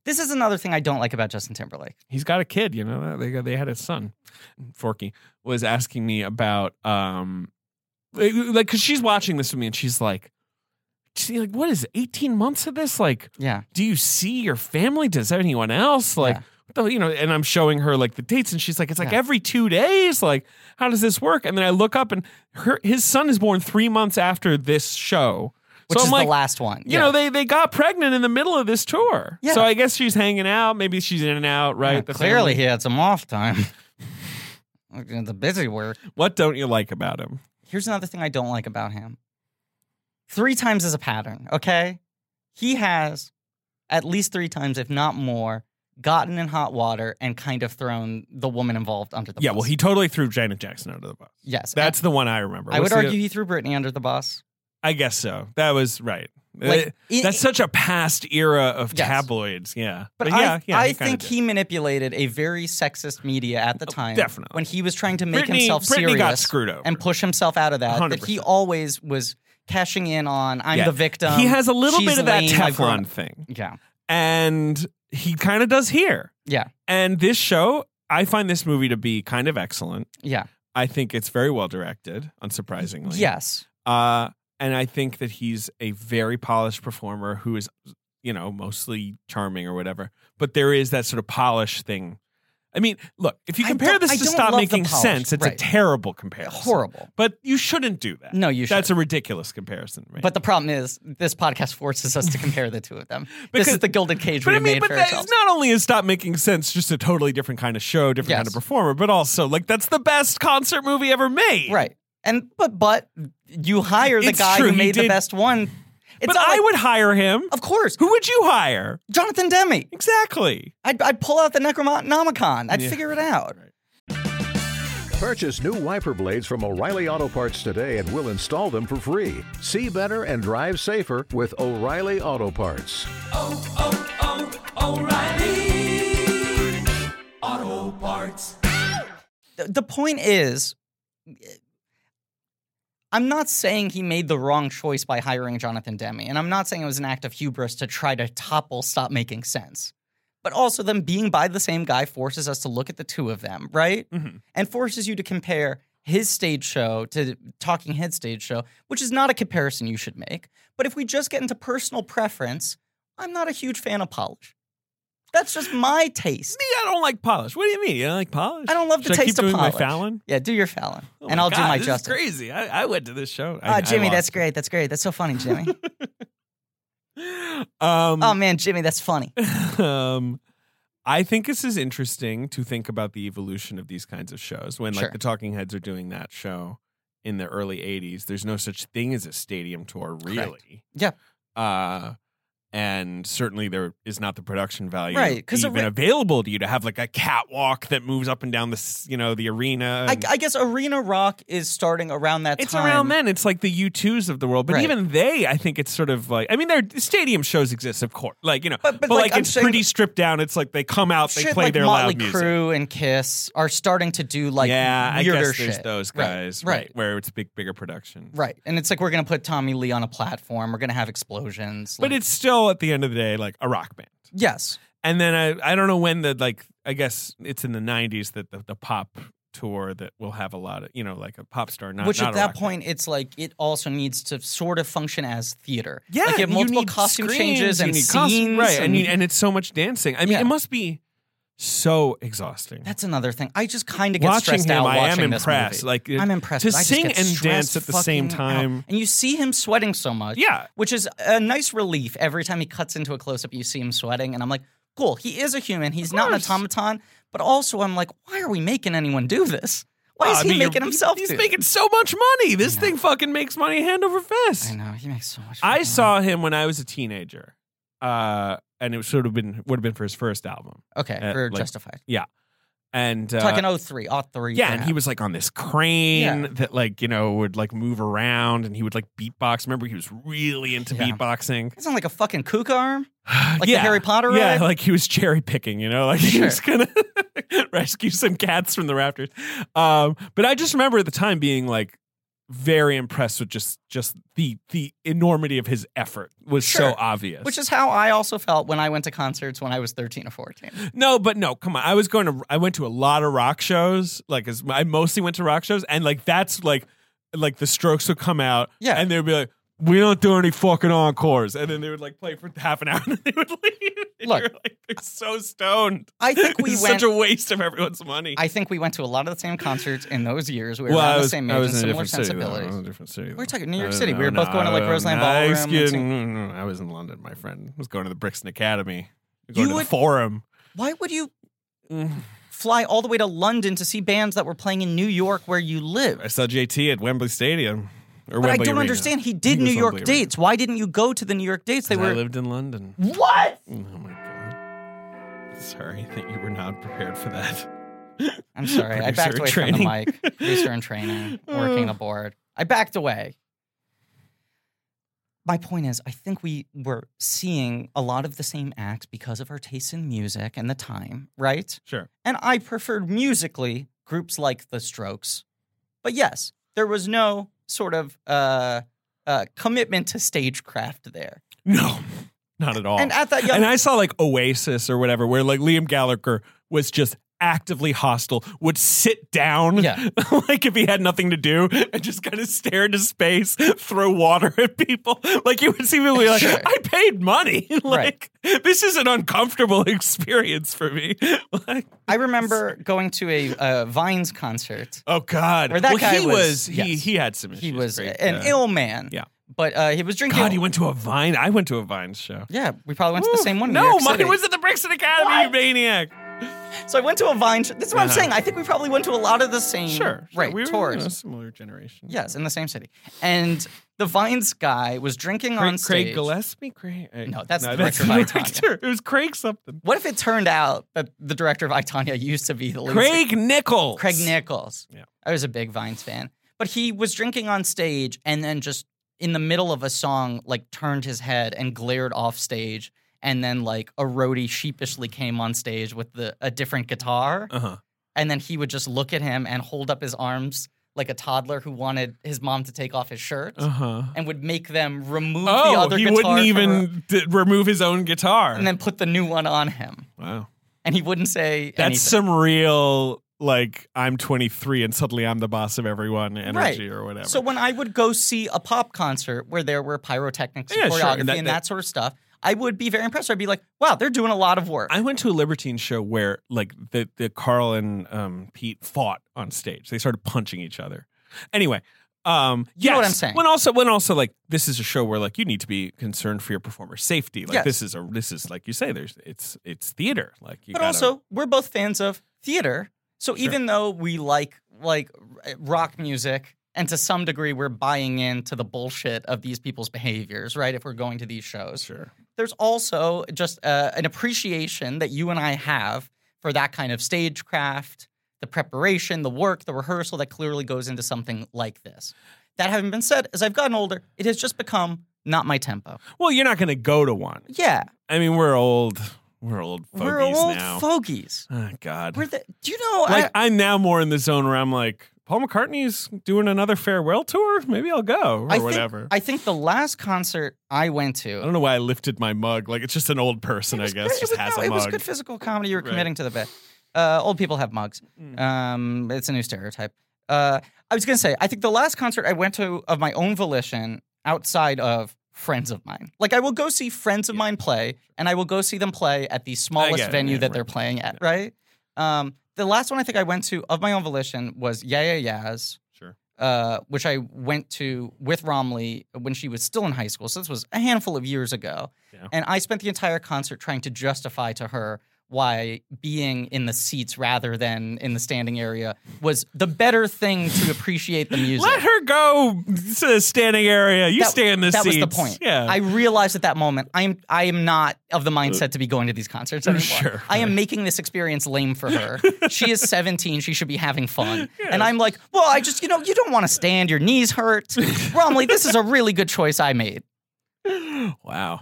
This is another thing I don't like about Justin Timberlake.
he's got a kid you know that they got, they had a son forky was asking me about um like because she's watching this with me and she's like she like what is it, 18 months of this like
Yeah.
do you see your family does anyone else like
Yeah.
though you know and i'm showing her like the dates and she's like it's like
Yeah.
every two days like how does this work and then i look up and her his son is born three months after this show
Which
so
is
i'm like
the last one.
you know they they got pregnant in the middle of this tour
Yeah.
so i guess she's hanging out maybe she's in and out right The
clearly
family-
he had some off time. the busy work.
What don't you like about him?
Here's another thing I don't like about him. Three times is a pattern, okay? He has at least three times, if not more, gotten in hot water and kind of thrown the woman involved under the
yeah,
bus.
well, he totally threw Janet Jackson under the bus.
Yes.
That's the one I remember.
I would
What's the-
argue he threw Britney under the bus.
I guess so. That was right.
Like,
Uh,
in-
That's such a past era of
Yes.
tabloids. Yeah,
But,
yeah,
I,
yeah,
I
kinda
think
did. Oh,
he manipulated a very sexist media at the time.
definitely.
When he was trying to make
Britney-
himself serious.
Britney got screwed over.
and push himself out of that. That
100%.
he always was cashing in on I'm
Yeah.
the victim.
He has a little
she's
bit of that
lame, I've grown
Teflon
up."
thing,
Yeah,
and he kind of does here.
yeah,
And this show, I find this movie to be kind of excellent.
yeah.
I think it's very well directed, unsurprisingly.
Yes,
Uh, and I think that he's a very polished performer who is, you know, mostly charming or whatever. But there is that sort of polish thing. I mean, look, if you
I
compare
don't-
this
I
to
don't
Stop
love the
Making
polish,
Sense, it's a
right.
terrible comparison.
horrible.
But you shouldn't do that.
No, you
That's a ridiculous comparison. Right?
But the problem is, this podcast forces us to compare the two of them. this
Because-
is the gilded cage
but
we
I mean,
made
but
for
that-
ourselves.
not only is Stop Making Sense just a totally different kind of show, different kind of
Yes.
performer, but also like that's the best concert movie ever made.
right. And but but you hire the
It's
guy
true,
who
he
made the
did.
best one. It's
but
not
I
like-
would hire him.
of course,
Who would you hire?
Jonathan Demi.
Exactly.
I'd, I'd pull out the Necronomicon. I'd
Yeah.
figure it out.
Purchase new wiper blades from O'Reilly Auto Parts today and we'll install them for free. See better and drive safer with O'Reilly Auto Parts.
Oh, O'Reilly Auto Parts.
th- the point is I'm not saying he made the wrong choice by hiring Jonathan Demi, and I'm not saying it was an act of hubris to try to topple Stop Making Sense. But also, them being by the same guy forces us to look at the two of them, right? And forces you to compare his stage show to Talking Head stage show, which is not a comparison you should make. But if we just get into personal preference, I'm not a huge fan of polish. That's just my taste.
Me, I don't like polish. What do you mean? You don't like polish?
I don't love the
Should I
taste
keep
of
doing my
polish.
Fallon?
Yeah, do your Fallon,
Oh
and I'll do
God,
my
this
Justin.
Is crazy. I, I went to this show.
Oh, Jimmy, that's great. That's great. That's so funny, Jimmy.
great. Um,
oh man, Jimmy, that's funny.
um, I think this is interesting to think about the evolution of these kinds of shows. When
Sure.
like the Talking Heads are doing that show in the early '80s, there's no such thing as a stadium tour, really.
Yeah.
Uh, and certainly there is not the production value
Right, 'cause a
even
re-
available to you to have like a catwalk that moves up and down the s- you know the arena.
I,
and-
I guess arena rock is starting around that
Um, It's
time.
around then. It's like the U2s of the world. But
Right.
even they, I think it's sort of like, I mean, their stadium shows exist, of course. Like, you know,
But-
but,
but, like,
like,
I'm
it's
saying-
pretty stripped down. It's like they come out, they
Shit
play
like
their
Motley
loud music.
Crue and Kiss are starting to do like
yeah, I
weirder
guess there's
shit.
those
Right,
guys, right,
right?
Where it's big, bigger production.
right. And it's like we're gonna put Tommy Lee on a platform. We're gonna have explosions.
But
like-
it's still all at the end of the day like a rock band.
Yes.
And then I, I don't know when the like I guess it's in the '90s that the, the pop tour that will have a lot of you know like a pop star not
Which
not
at
a
that
rock
point, it's like it also needs to sort of function as theater.
band. yeah
like you have
you
multiple
need
costume
screens,
changes
you
and
need
scenes,
costume- right and,
and-
you, and it's so much dancing I mean
Yeah.
it must be so exhausting
That's another thing. I just kind of get
watching
stressed
him
out
I am
watching this
impressed
movie.
like it-
I'm impressed.
to
but I just
sing
get
and dance
stressed
at the same
fucking out.
time
And you see him sweating so much.
Yeah.
Which is a nice relief every time he cuts into a close up, you see him sweating. And I'm like, cool, he is a human. He's not an
course.
automaton. But also, I'm like, why are we making anyone do this? Why is
Ah, I
he
mean, you're-
making himself
He's
do
making so much money. This thing fucking makes money hand over
this? I
fist.
know. He makes so much
I
fucking
saw him when I was a teenager, uh, and it should have been would have been for his first album.
money. Okay,
uh,
for
like,
Justified.
And uh,
Talking 03, 03.
yeah, and he
perhaps.
was like on this crane
Yeah.
that like you know would like move around, and he would like beatbox. Remember, he was really into
Yeah.
beatboxing.
That sound like a fucking kook arm.
like
the Harry Potter
Yeah,
ride?
like he was cherry picking, you know, like he
Sure.
was gonna rescue some cats from the rafters. Um, but I just remember at the time being like very impressed with just just the the enormity of his effort was so
Sure.
obvious.
Which is how I also felt when I went to concerts when I was 13 or 14.
no, but no, come on. I was going to I went to a lot of rock shows. Like as I mostly went to rock shows, and like that's like like the Strokes would come out,
Yeah.
and they'd be like. We don't do any fucking encores, and then they would like play for half an hour, and then they would leave. And
Look.
you're like they're so stoned.
I think we
it's
went.
such a waste of everyone's money.
I think we went to a lot of the same concerts in those years. We were around the same age and similar sensibilities.
different city.
We're talking New York City. We were both going to, like, Roseland Ballroom and seeing-
no, no, Mm, I was in London. My friend was going to the Brixton Academy. Going
You
to
would-
the Forum.
Why would you fly all the way to London to see bands that were playing in New York where you live?
I saw JT at Wembley Stadium. Or
But I
Wembley
don't
Arena.
understand. He did
was
New York
Wembley Arena.
dates. Why didn't you go to the New York dates? They
I
were
lived in London.
what?
Oh my god. Sorry that you were not prepared for that.
I'm sorry. I
Producer
backed
in
away from
training.
the mic. Producer in training, working the board. I backed away. My point is, I think we were seeing a lot of the same acts because of our tastes in music and the time, right?
Sure.
And I preferred musically groups like The Strokes. But yes, there was no sort of uh, uh, commitment to stagecraft there.
No, not at all.
And at that young
and I saw like Oasis or whatever, where like Liam Gallagher was just actively hostile, would sit down,
Yeah.
like if he had nothing to do, and just kind of stare into space, throw water at people. Like you would see people be like,
Sure.
I paid money.
Right.
like this is an uncomfortable experience for me. like,
I remember going to a uh, Vines concert
oh God.
Where that
well,
guy
he
was-
he
yes.
he had some issues.
He was
right?
an
Yeah.
ill man.
Yeah.
But uh, he was drinking.
God, you went to a Vine. I went to a Vine show.
Yeah, we probably went to the same one. in New
No,
York
mine
City.
was at the Brixton Academy, you maniac.
So I went to a Vine. Sh- this is what I'm
Uh-huh.
saying. I think we probably went to a lot of the same. Right.
We were
tours.
in a similar generation.
Yes, in the same city. And the Vines guy was drinking
Craig,
on stage.
Craig Gillespie? Craig, uh,
No, that's the director
the
of Itanya.
director. It was Craig something.
What if it turned out that the director of Itanya used to be the lead singer?
Craig Nichols.
Craig Nichols.
Yeah.
I was a big Vines fan. But he was drinking on stage and then just in the middle of a song, like turned his head and glared off stage. And then like a roadie sheepishly came on stage with the a different guitar.
Uh-huh.
And then he would just look at him and hold up his arms like a toddler who wanted his mom to take off his shirt
Uh-huh.
and would make them remove the
Oh,
other
he
guitar.
wouldn't
from-
even d- remove his own guitar.
and then put the new one on him.
wow.
And he wouldn't say
That's
anything.
some real, like, I'm 23 and suddenly I'm the boss of everyone energy or whatever.
So when I would go see a pop concert where there were pyrotechnics
Yeah,
and
sure, and
choreography and,
that-
that,
that-
sort of stuff, I would be very impressed. I'd be like, wow, they're doing a lot of work.
I went to a Libertine show where like the the Carl and um, Pete fought on stage. They started punching each other. Anyway, um,
You know what
yes.
I'm saying.
When also when also like this is a show where like you need to be concerned for your performer's safety. Like
Yes.
this is a this is like you say there's it's it's theater. Like you
but
gotta-
also, we're both fans of theater. So even though we like like r- eh, rock music and to some degree we're buying into the bullshit of these people's behaviors, right? If we're going to these shows.
sure.
there's also just uh, an appreciation that you and I have for that kind of stagecraft, the preparation, the work, the rehearsal that clearly goes into something like this. That having been said, as I've gotten older, it has just become not my tempo.
Well, you're not going to go to one.
Yeah,
I mean, we're old. We're old fogies
we're old
now.
fogies.
oh God.
We're the, do you know?
like
I,
I, am now more in the zone where I'm like, Paul McCartney's doing another farewell tour. Maybe I'll go or
I think-
whatever.
I think the last concert I went
I
to,
don't know why I lifted my mug. Like it's just an old person,
It
I
was
guess,
great.
just
it was,
has
no,
a
it was
mug.
good physical comedy. You were
Right. Mm.
committing to the bit. Uh, old people have mugs. Um, it's a new stereotype. Uh, I was gonna say, I think the last concert I went to of my own volition, outside of friends of mine, like I will go see friends of mine play, and I will go see them play at the smallest
get it,
venue
yeah,
that they're
right.
playing at. Right. Um, the last one I think I went to of my own volition was Yeah Yeah Yeahs
Sure.
uh, which I went to with Romley when she was still in high school. So this was a handful of years ago.
Yeah.
And I spent the entire concert trying to justify to her why being in the seats rather than in the standing area was the better thing to appreciate the music.
Let her go to the standing area. You
That-
stay in the
that was the
seats.
point.
Yeah. Uh,
I realized at that moment I'm I am not of the mindset to be going to these concerts anymore.
Sure.
I am making this experience lame for her. she is 17. She should be having fun. And I'm like, well, I just you know you don't want to stand. Your knees hurt. Romley, this is a really good choice I made.
wow.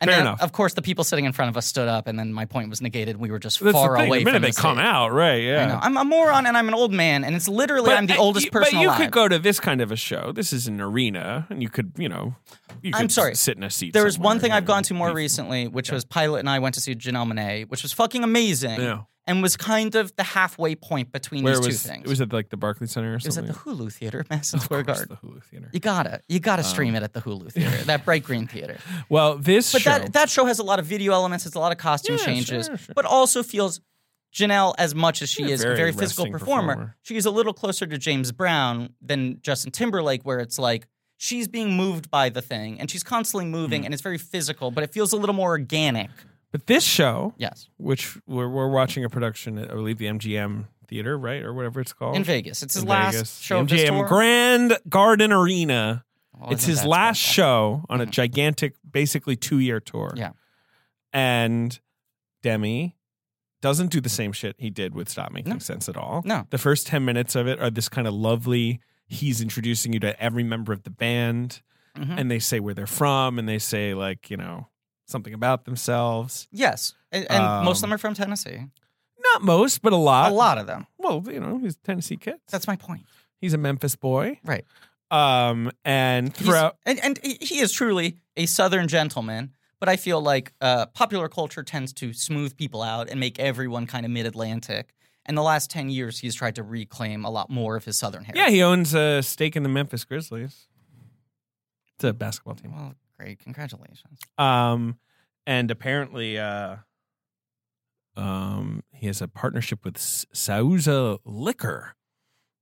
And
Fair
then,
enough.
of course, the people sitting in front of us stood up, and then my point was negated. We were just
That's
far
the thing.
away
the minute
from
they
the
come
stage.
out, right? Yeah.
I know. I'm a moron and I'm an old man, and it's literally I'm the
uh,
oldest
you-
person
But you
alive.
could go to this kind of a show. This is an arena, and you could, you know, you could
I'm sorry.
sit in a seat.
There was one
somewhere,
thing
you
I've
know,
gone to more
be-
recently, which was Pilot and I went to see Janelle Monae, which was fucking amazing
Yeah.
and was kind of the halfway point between
Where
these
was
two things.
it? Was at like the Barclay Center or
It was at
something?
the Hulu Theater, Madison Square
Of course, Oh.
Garden.
the Hulu Theater.
You gotta, you gotta stream it at the Hulu Theater, that bright green theater.
Well, this
But
show.
that that show has a lot of video elements, it's a lot of costume
Yeah,
changes,
sure, sure.
but also feels Janelle, as much as she
Yeah,
is a
very
very physical
resting
performer,
performer.
she is a little closer to James Brown than Justin Timberlake, where it's like she's being moved by the thing and she's constantly
Mm.
moving and it's very physical, but it feels a little more organic.
but this show,
Yes.
which we're, we're watching a production at, I believe, the MGM Theater, right? Or whatever it's called.
In Vegas. It's his
Oh. In
last
Vegas.
show
MGM
of this tour. Oh,
Grand Garden Arena.
Well,
it's
isn't
his
that
last
special?
show on a gigantic, basically two year tour.
Yeah.
And Demi doesn't do the same shit he did with Stop Making Sense at all.
No.
The first 10 minutes of it are this kind of lovely, he's introducing you to every member of the band,
Mhm.
and they say where they're from, and they say, like, you know, something about themselves.
Yes. And, and most of
Um,
them are from Tennessee.
Not most, but a lot.
A lot of them.
Well, you know, he's Tennessee kid.
That's my point.
He's a Memphis boy.
Right.
Um, and
He's-
throughout.
and, and he he is truly a Southern gentleman, but I feel like uh, popular culture tends to smooth people out and make everyone kind of mid Atlantic. And the last 10 years, he's tried to reclaim a lot more of his Southern heritage.
Yeah, he owns a stake in the Memphis Grizzlies. It's a basketball team.
Well, great. Congratulations.
Um, and apparently, uh, um, he has a partnership with S- Sauza Liquor.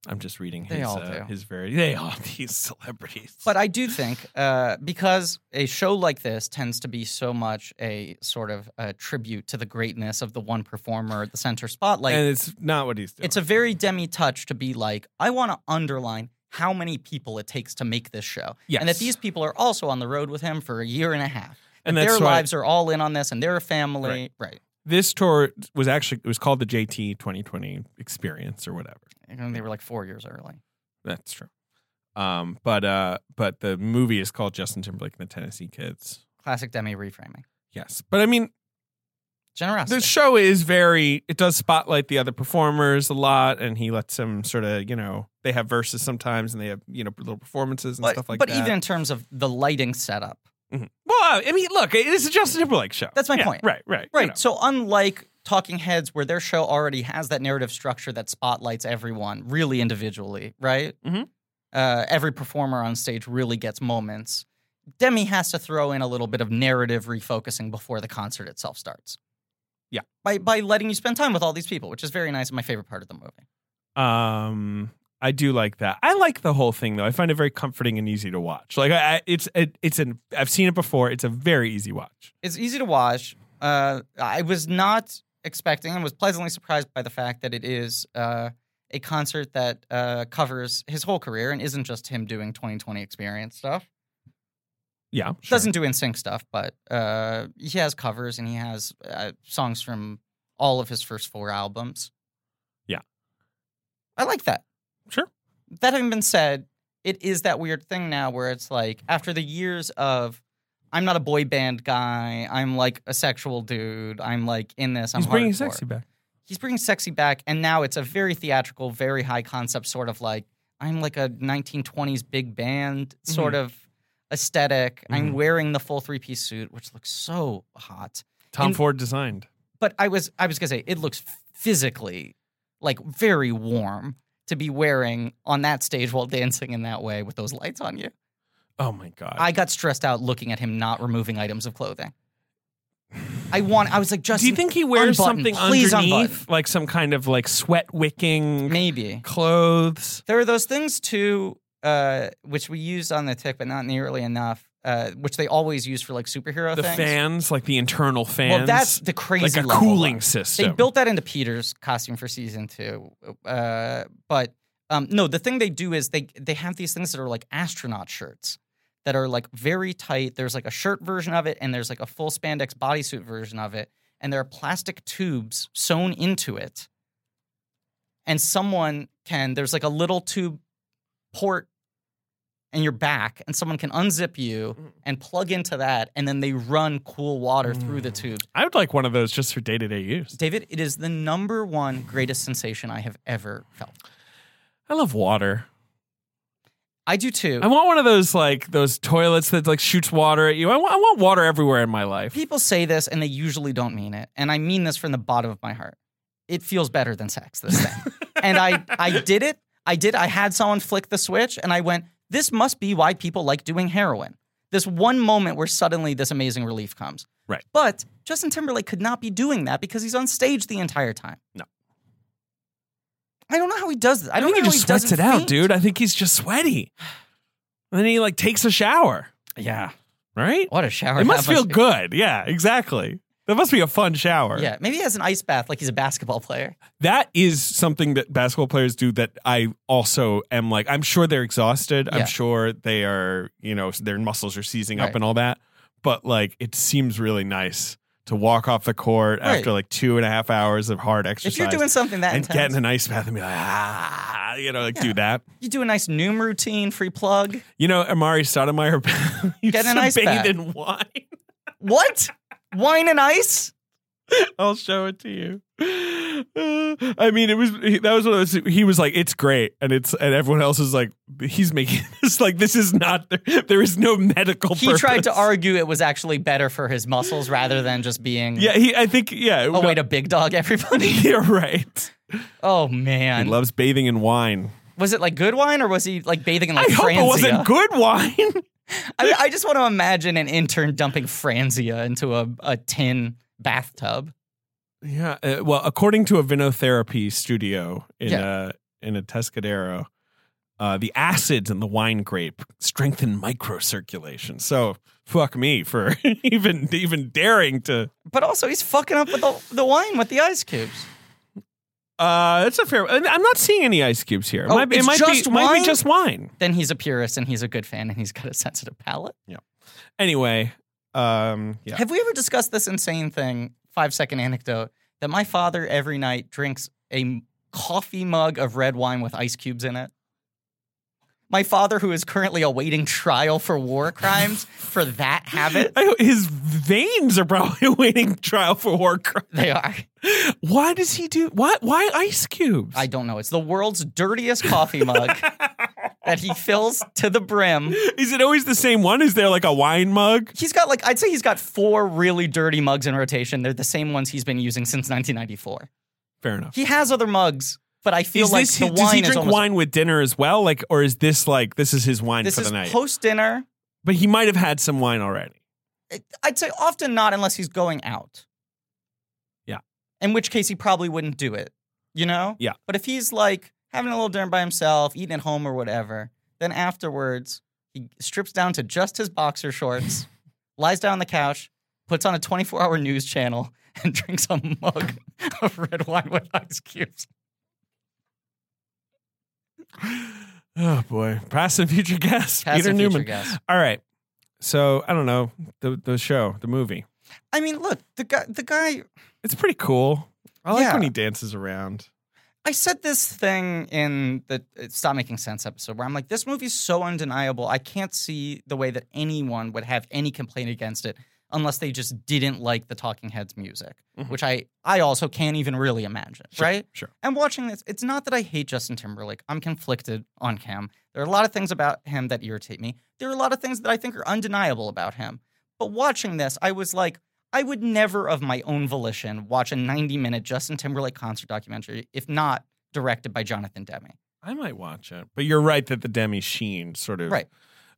I'm just reading his
They all
uh,
do.
his very they all these celebrities.
But I do think uh, because a show like this tends to be so much a sort of a tribute to the greatness of the one performer at the center spotlight,
and it's not what he's doing.
it's a very demi touch to be like, I want to underline how many people it takes to make this show. And that
Yes.
these people are also on the road with him for a year and a half.
And
That
that's
their
why-
lives are all in on this and they're a family. Right.
this tour was actually it was called the JT 2020 Experience or whatever.
And they were like four years early.
That's true. Um, but uh, but the movie is called Justin Timberlake and the Tennessee Kids.
Classic demi reframing.
Yes, but I mean
Generosity.
the show is very it does spotlight the other performers a lot and he lets them sort of you know they have verses sometimes and they have you know little performances and
but
stuff like
but
that
even in terms of the lighting setup,
Mhm. well i mean look it is a justin timberlake show
That's my
Yeah,
point.
right right you
Right.
know.
So unlike Talking Heads, where their show already has that narrative structure that spotlights everyone really individually, right?
Mhm.
Uh, every performer on stage really gets moments. Demi has to throw in a little bit of narrative refocusing before the concert itself starts.
Yeah.
By by letting you spend time with all these people, which is very nice and my favorite part of the movie.
um i do like that i like the whole thing though i find it very comforting and easy to watch like i I- it's it, it's an i've seen it before it's a very easy watch
It's easy to watch. Uh, I was not expecting and was pleasantly surprised by the fact that it is uh, a concert that uh, covers his whole career and isn't just him doing 2020 experience stuff.
yeah sure.
Doesn't do in sync stuff, but uh, he has covers and he has uh, songs from all of his first four albums.
Yeah.
I like that.
sure
That having been said, it is that weird thing now where it's like after the years of I'm not a boy band guy. I'm like a sexual dude. I'm like in this. I'm
he's bringing
hardcore.
sexy back
he's bringing sexy back, and now it's a very theatrical, very high concept sort of like I'm like a 1920s big band
Mm-hmm.
sort of aesthetic. I'm wearing the full three piece suit, which looks so hot.
Tom
And-
Ford designed.
But I was I was gonna say it looks physically like very warm to be wearing on that stage while dancing in that way with those lights on you.
Oh my god.
I got stressed out looking at him not removing items of clothing. I want. I was like, Justin,
Do you think he wears
unbutton,
something
please
underneath,
Unbutton.
like some kind of like sweat wicking
Maybe
clothes?
there are those things too, uh, which we used on the tick, but not nearly enough. Uh, which they always use for like superhero
The
things.
fans, like the internal fans.
Well, that's the crazy
like a
level
cooling
up.
system.
They built that into Peter's costume for season two, uh, but um, no, the thing they do is they they have these things that are like astronaut shirts that are like very tight. There's like a shirt version of it, and there's like a full spandex bodysuit version of it, and there are plastic tubes sewn into it, and someone can there's like a little tube port. in your back, and someone can unzip you and plug into that, and then they run cool water through the tube.
I would like one of those just for day to day use.
David, it is the number one greatest sensation I have ever felt.
I love water.
I do too.
I want one of those like those toilets that like shoots water at you. I want, I want water everywhere in my life.
People say this and they usually don't mean it. And I mean this from the bottom of my heart. It feels better than sex, this thing. and I, I did it. I did. I had someone flick the switch and I went, this must be why people like doing heroin. This one moment where suddenly this amazing relief comes.
Right.
But Justin Timberlake could not be doing that because he's on stage the entire time.
No.
I don't know how he does this. I,
I
don't
think he
know how
just
does
sweats it out,
faint.
dude. I think he's just sweaty. And then he like takes a shower.
Yeah.
Right?
What a shower.
it must
That
feel
be-
good. Yeah, exactly. That must be a fun shower.
Yeah, maybe he has an ice bath like he's a basketball player.
That is something that basketball players do that I also am like, I'm sure they're exhausted.
Yeah.
I'm sure they are, you know, their muscles are seizing
Right.
up and all that. But like, it seems really nice to walk off the court
Right.
after like two and a half hours of hard exercise.
If you're doing something that
and
intense,
get in an ice bath and be like, ah, you know, like do that.
you do a nice noom routine, free plug.
You know, Amari Sotomayor used
Get an
to
ice
bathe
bath.
in wine.
What? Wine and ice?
I'll show it to you. Uh, I mean, it was he- that was what I was, he was like. It's great, and it's and everyone else is like, he's making this like this is not there. There is no medical.
He tried to
purpose.
argue it was actually better for his muscles rather than just being
Yeah, he. I think. Yeah.
a way to big dog everybody.
You're right.
Oh
He
man.
loves bathing in wine.
was it like good wine or was he like bathing in like
I hope
Franzia?
it wasn't good wine.
I, I just want to imagine an intern dumping Franzia into a, a tin bathtub.
Yeah. Uh, well, according to a vinotherapy studio in
Yeah.
uh in a Pescadero, uh, the acids in the wine grape strengthen microcirculation. So fuck me for even even daring to.
But also he's fucking up with the, the wine with the ice cubes.
Uh, that's a fair. and I'm not seeing any ice cubes here. It
Oh,
might, be- it
it's
might
just
be might
wine?
be just wine.
Then he's a purist and he's a good fan and he's got a sensitive palate.
Anyway, um, yeah.
Have we ever discussed this insane thing, five second anecdote, that my father every night drinks a m- coffee mug of red wine with ice cubes in it? My father, who is currently awaiting trial for war crimes for that habit,
I hope- his veins are probably awaiting trial for war crime.
they are.
Why does he do? Why why ice cubes?
I don't know. It's the world's dirtiest coffee mug that he fills to the brim.
Is it always the same one? Is there like a wine mug?
He's got like, I'd say he's got four really dirty mugs in rotation. They're the same ones he's been using since 1994.
Fair enough.
He has other mugs, but I feel
Is
like
this-
the
does he
wine is
drink
almost
wine with dinner as well? Like, or is this like this is his wine
This
for
is
the night?
post dinner.
but he might have had some wine already.
I'd say often not unless he's going out.
Yeah.
In which case he probably wouldn't do it, you know?
Yeah.
But if he's like having a little dinner by himself, eating at home or whatever, then afterwards he strips down to just his boxer shorts, lies down on the couch, puts on a 24 hour news channel, and drinks a mug of red wine with ice cubes.
Oh boy, past and future guest
Past
Peter
and future
Newman.
guest.
All right, so I don't know the the show, the movie.
I mean, look, the guy, the guy
It's pretty cool. I like
Yeah.
when he dances around.
I said this thing in the uh, Stop Making Sense episode where I'm like, this movie's so undeniable. I can't see the way that anyone would have any complaint against it unless they just didn't like the Talking Heads music, which I I also can't even really imagine, right?
Sure.
And watching this, it's not that I hate Justin Timberlake. I'm conflicted on Cam. There are a lot of things about him that irritate me. There are a lot of things that I think are undeniable about him. But watching this, I was like, I would never of my own volition watch a 90 minute Justin Timberlake concert documentary if not directed by Jonathan Demme.
I might watch it, but you're right that the Demi Sheen sort of
Right.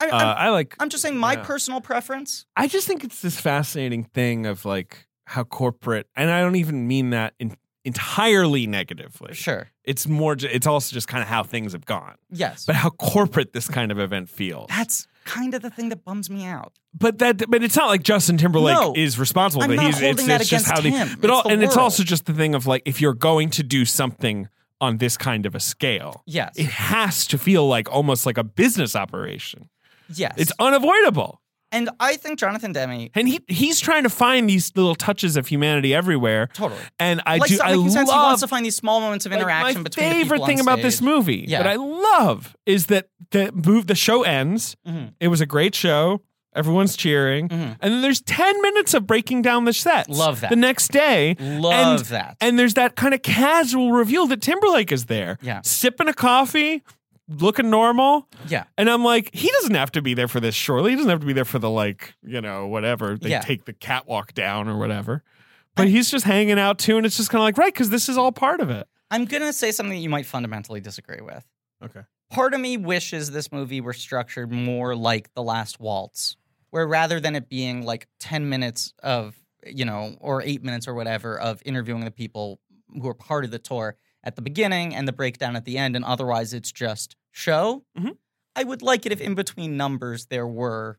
I,
Uh,
I'm,
I like.
I'm just saying my
yeah.
personal preference.
I just think it's this fascinating thing of like how corporate, and I don't even mean that in, entirely negatively.
Sure.
It's more. ju- It's also just kind of how things have gone,
Yes.
but how corporate this kind of event feels.
That's kind of the thing that bums me out.
but that. But it's not like Justin Timberlake
No.
is responsible.
I'm
but
not
he's,
holding
it's,
that
it's just how
against
The,
him.
but
It's
all,
the
and it's
world.
also just the thing of like if you're going to do something on this kind of a scale,
Yes.
it has to feel like almost like a business operation.
Yes.
It's unavoidable.
and I think Jonathan Demme,
And he he's trying to find these little touches of humanity everywhere.
Totally.
And I
like
do. I
Sonic Youth
love
Sense, he wants to find these small moments of
like,
interaction
my
between the
favorite
people on
thing about this
stage.
movie
Yeah.
that I love is that the move the show ends.
Mm-hmm.
It was a great show. Everyone's cheering, and then there's ten minutes of breaking down the sets.
Love that.
The next day,
Love
and,
that.
And there's that kind of casual reveal that Timberlake is there,
Yeah.
sipping a coffee, looking normal.
Yeah.
And I'm like, he doesn't have to be there for this, surely. He doesn't have to be there for the, like, you know, whatever. They
Yeah.
take the catwalk down or whatever. But he's just hanging out too. And it's just kind of like, right, because this is all part of it.
I'm going to say something that you might fundamentally disagree with.
Okay.
Part of me wishes this movie were structured more like The Last Waltz, where rather than it being like 10 minutes of, you know, or eight minutes or whatever of interviewing the people who are part of the tour at the beginning and the breakdown at the end, and otherwise it's just show.
Mhm.
I would like it if in between numbers there were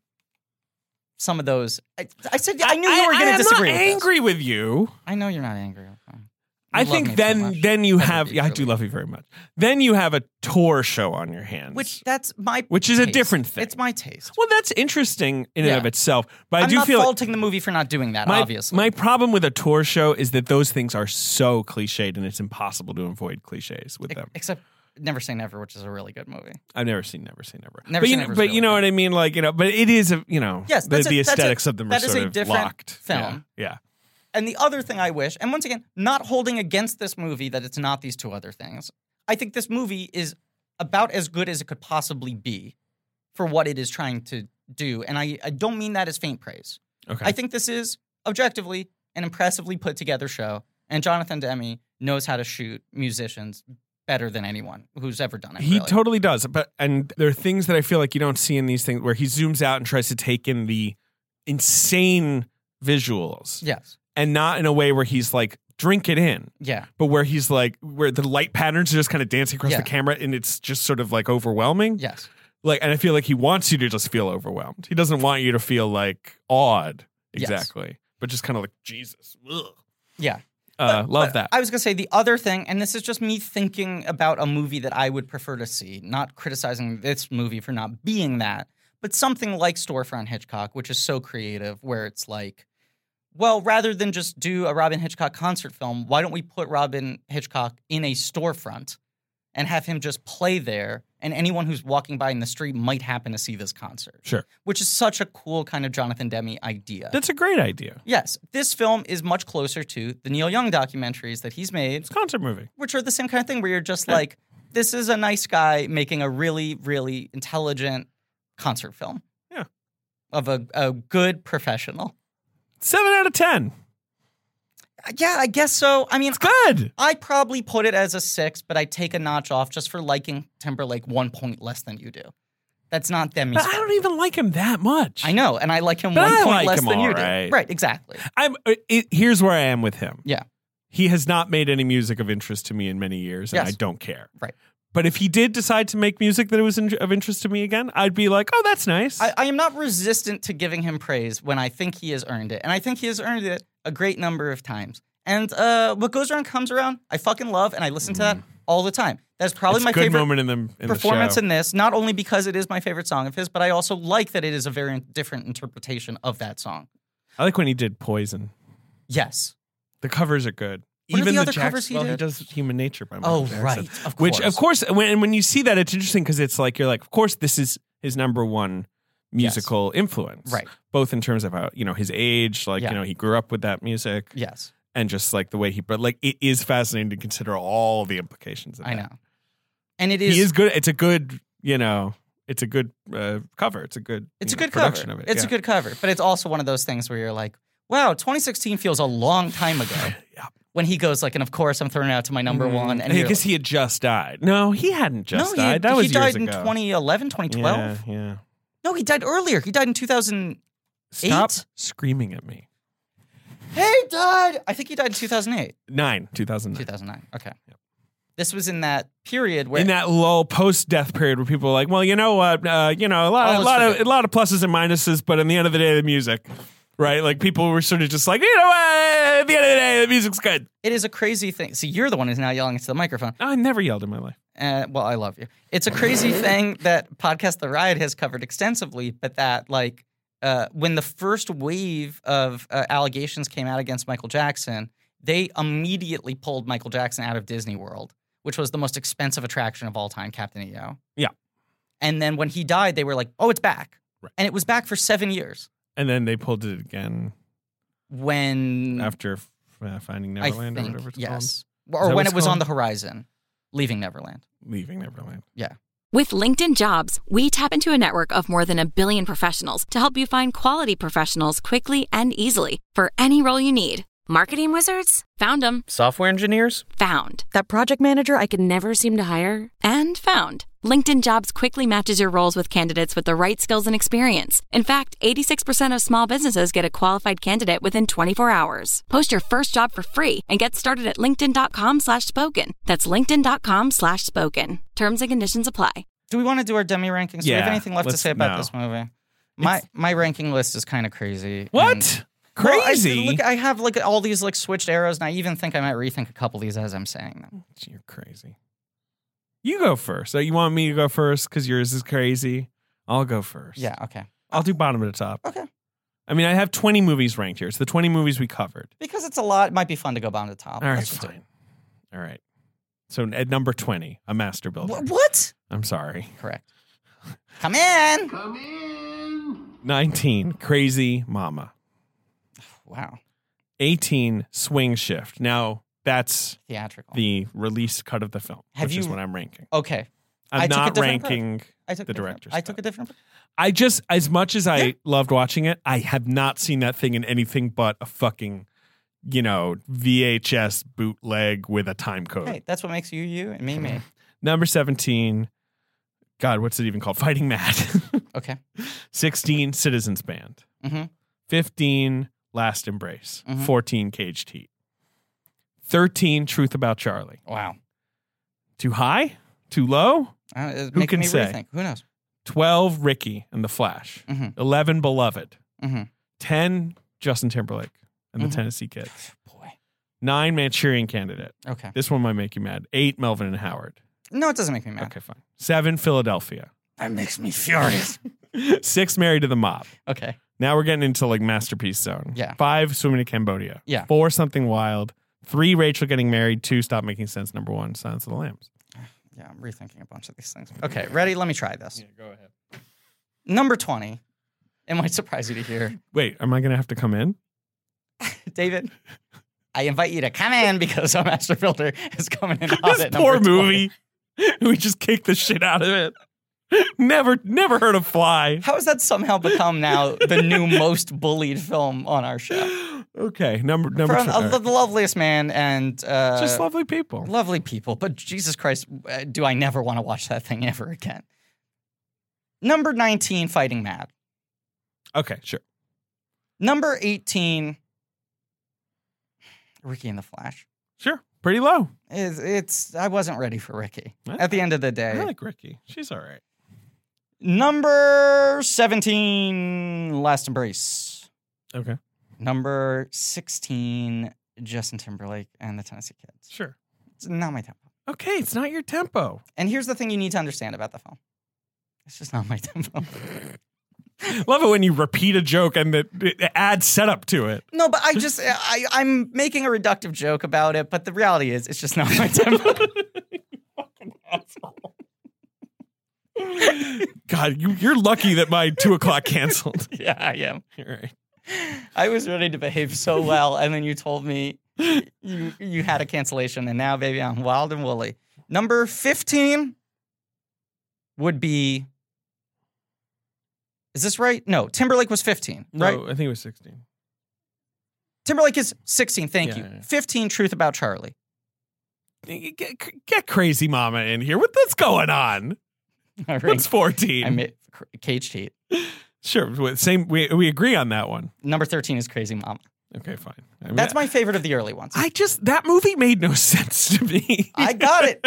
some of those. I, I said, I knew you were going to disagree.
I'm
with
not
this.
angry with you.
I know you're not angry with me. You
I
love me
think
so
then
much.
then you
I love
have
you,
yeah, I do
Julie.
love you very much. Then you have a tour show on your hands.
Which that's my
Which is a
taste.
different thing.
It's my taste.
well, that's interesting in and
Yeah.
of itself. But I
am
do
not
feel like-
faulting the movie for not doing that.
my,
obviously,
My problem with a tour show is that those things are so cliched and it's impossible to avoid cliches with
E-
them.
except Never Say Never, which is a really good movie.
I've never seen Never Say Never.
Never
but
Say
you,
Never's
but
really
you know
good.
what I mean? Like, you know, but it is, a, you know,
Yes,
the,
that's a-
the
that's a-
aesthetics of them are
that is
sort
a
of
different
locked.
film.
Yeah.
And the other thing I wish, and once again, not holding against this movie that it's not these two other things. I think this movie is about as good as it could possibly be for what it is trying to do, and I, I don't mean that as faint praise.
yeah. Okay.
I think this is objectively an impressively put together show, and Jonathan Demme knows how to shoot musicians better than anyone who's ever done it.
he
really.
totally does. But and there are things that I feel like you don't see in these things where he zooms out and tries to take in the insane visuals
yes,
and not in a way where he's like drink it in.
yeah,
But where he's like, where the light patterns are just kind of dancing across
Yeah.
the camera, and it's just sort of like overwhelming.
yes.
like and i feel like he wants you to just feel overwhelmed he doesn't want you to feel like awed
Yes.
exactly but just kind of like jesus ugh.
Yeah.
uh, love
But
that
I was going to say the other thing, and this is just me thinking about a movie that I would prefer to see, not criticizing this movie for not being that, but something like Storefront Hitchcock, which is so creative, where it's like, well, rather than just do a Robin Hitchcock concert film, why don't we put Robin Hitchcock in a storefront and have him just play there? And anyone who's walking by in the street might happen to see this concert,
sure
which is such a cool kind of Jonathan Demme idea.
that's a great idea
Yes, this film is much closer to the Neil Young documentaries that he's made,
it's a concert movie
which are the same kind of thing where you're just like, this is a nice guy making a really, really intelligent concert film.
Yeah.
Of a, a good professional.
seven out of ten
Uh, Yeah, I guess so. I mean,
it's good
I probably put it as a six, but I take a notch off just for liking Timberlake one point less than you do. That's not them.
but i don't even like him that much
I know, and I like him
But
one
I
point
like
less
him
than you
all right.
do. Right, exactly.
i'm uh, it, here's where i am with him
Yeah,
he has not made any music of interest to me in many years and
Yes.
i don't care
right.
but if he did decide to make music that was in, of interest to me again i'd be like oh that's nice
I, I am not resistant to giving him praise when I think he has earned it, and I think he has earned it a great number of times. And uh, what goes around comes around. I fucking love, and I listen to that all the time. That's probably
Mm. it's
my
a good
favorite
moment in the in
performance
the show.
in this. Not only because it is my favorite song of his, but I also like that it is a very different interpretation of that song.
i like when he did poison
Yes.
The covers are good.
What are
Even
the other
Jackson,
covers he
well,
did?
he does Human Nature by Michael
Oh,
Jackson.
right. Of course.
Which, of course, when and when you see that, it's interesting because it's like you're like, of course, this is his number one musical influence,
Right.
Both in terms of how you know his age, like
Yeah.
you know he grew up with that music,
Yes,
and just like the way he. But like it is fascinating to consider all the implications. Of
I
that.
know. And it is,
he is good. It's a good you know. It's a good uh, cover. It's a good.
it's
you
a
know,
good
production
cover.
of it.
it's a
yeah.
good cover, but it's also one of those things where you're like, wow, 2016 feels a long time ago.
Yeah.
When he goes like, and of course I'm throwing it out to my number one, and you're
because he had just died. No, he hadn't
like,
just
no, he,
died. That
he
was
died
years
in
ago.
2011, 2012.
Yeah, yeah.
No, he died earlier. He died in 2000.
Stop
Eight?
screaming at me.
Hey, died. I think he died in 2008,
Nine, two thousand nine.
2009. Okay. This was in that period where
in that lull post death period where people are like, well, you know what, uh, you know, a
All
lot, a
is
lot of
forgiven.
a lot of pluses and minuses, but in the end of the day, the music, right? Like people were sort of just like, you know, what? at the end of the day, the music's good.
it is a crazy thing. See, you're the one who's now yelling into the microphone.
I never yelled in my life.
Uh, well, I love you. It's a crazy thing that podcast The Riot has covered extensively, but that like uh, when the first wave of uh, allegations came out against Michael Jackson, they immediately pulled Michael Jackson out of Disney World, which was the most expensive attraction of all time, Captain EO.
Yeah.
And then when he died, they were like, "Oh, it's back,"
Right.
and it was back for seven years.
And then they pulled it again
When
after uh, Finding
Mm. I
Neverland
think
or whatever it's
yes,
Is
or
that
when
what it's
it was on
called?
the horizon, leaving Neverland.
called, Leaving
Mm.
Neverland.
With LinkedIn Jobs, we tap into a network of more than a billion professionals to help you find quality professionals quickly and easily for any role you need. Marketing wizards? Found them.
Software engineers?
Found. That project manager I could never seem to hire? And found. LinkedIn Jobs quickly matches your roles with candidates with the right skills and experience. In fact, 86% of small businesses get a qualified candidate within 24 hours. Post your first job for free and get started at linkedin.com slash spoken. That's linkedin.com slash spoken. Terms and conditions apply.
Do we want to do our demi rankings? do we have
Yeah,
anything left to
let's-
say about
no.
this movie? My my ranking list is kind of crazy. and-
What?
Well, I-
Crazy.
look, I have like all these like switched arrows, and I even think I might rethink a couple of these as I'm saying them.
You're crazy. You go first. So you want me to go first because yours is crazy. I'll go first.
Yeah. Okay.
I'll do bottom to top.
Okay.
I mean, I have 20 movies ranked here. It's the 20 movies we covered.
Because it's a lot, it might be fun to go bottom to top.
All right,
Let's just do it.
fine. All right. So at number 20, a master builder.
Wh- what?
I'm sorry.
Correct. Come in.
19, crazy mama.
Wow.
18, swing shift. Now, that's
Theatrical.
the release cut of the film,
Have
which is
you-
what I'm ranking.
okay. I
I'm
took a
not
different approach.
ranking.
I took
The
a different-
director's
I took
cut.
a different.
I just, as much as I loved watching it, I have not seen that thing in anything but a fucking, you know, VHS bootleg with a time code.
Hey, that's what makes you you and me me.
Number 17, God, what's it even called? Fighting Mad.
Okay.
16, Citizens Band.
Mhm.
15, Last Embrace.
Mhm.
14, Caged Heat. 13, Truth About Charlie.
Wow.
Too high? Too low?
Uh, it's
Who
making
can
me
say?
rethink. Who knows?
12, Ricky and The Flash.
Mhm.
11, Beloved.
Mhm.
10, Justin Timberlake and
Mhm.
the Tennessee Kids.
Boy.
9, Manchurian Candidate.
Okay.
This one might make you mad. 8, Melvin and Howard.
No, it doesn't make me mad.
Okay, fine. 7, Philadelphia.
That makes me furious.
6, Married to the Mob.
okay.
Now we're getting into like masterpiece zone.
Yeah.
Five swimming to Cambodia.
Yeah.
Four something wild. Three Rachel getting married. Two stop making sense. Number one Silence of the Lambs.
Yeah, I'm rethinking a bunch of these things. Okay, ready? Let me try this.
go ahead.
Number 20. It might surprise you to hear.
Wait, am I gonna have to come in?
David, I invite you to come in because our master builder is coming in. hot
this
at Oh, number
poor
20.
movie. we just kicked the shit out of it. Never, never heard of Fly.
How has that somehow become now the new most bullied film on our show?
Okay, number number.
From
tw-
uh, the loveliest man and uh,
just lovely people.
lovely people, but Jesus Christ, uh, do I never want to watch that thing ever again? Number 19, Fighting Mad.
okay, sure.
Number 18, Ricky and the Flash.
Sure. Pretty low.
It's, it's I wasn't ready for Ricky.
Yeah.
At the end of the day,
I like Ricky. She's all right.
number seventeen, Last Embrace.
Okay.
Number sixteen, Justin Timberlake and the Tennessee Kids.
Sure.
It's not my tempo.
Okay, it's not your tempo.
And here's the thing you need to understand about the film. It's just not my tempo.
Love it when you repeat a joke and the, the add setup to it.
no, but I just I I'm making a reductive joke about it, but the reality is it's just not my tempo.
God, God, you, you're lucky that my two o'clock canceled.
Yeah, I am.
All right.
I was ready to behave so well, and then you told me you you had a cancellation, and now, baby, I'm wild and woolly. Number fifteen would be. Is this right? No, Timberlake was fifteen, right?
No, I think it was 16.
Timberlake is sixteen. Thank
Yeah,
you.
yeah, yeah.
Fifteen. Truth about Charlie.
Get, get crazy mama in here. What, what's going on?
All right.
What's
I
14?
made cage cheat.
sure. wait, Same. We, we agree on that one.
Number thirteen is Crazy Mama.
Okay, fine. I mean,
That's my favorite of the early ones.
I just, that movie made no sense to me.
I got it.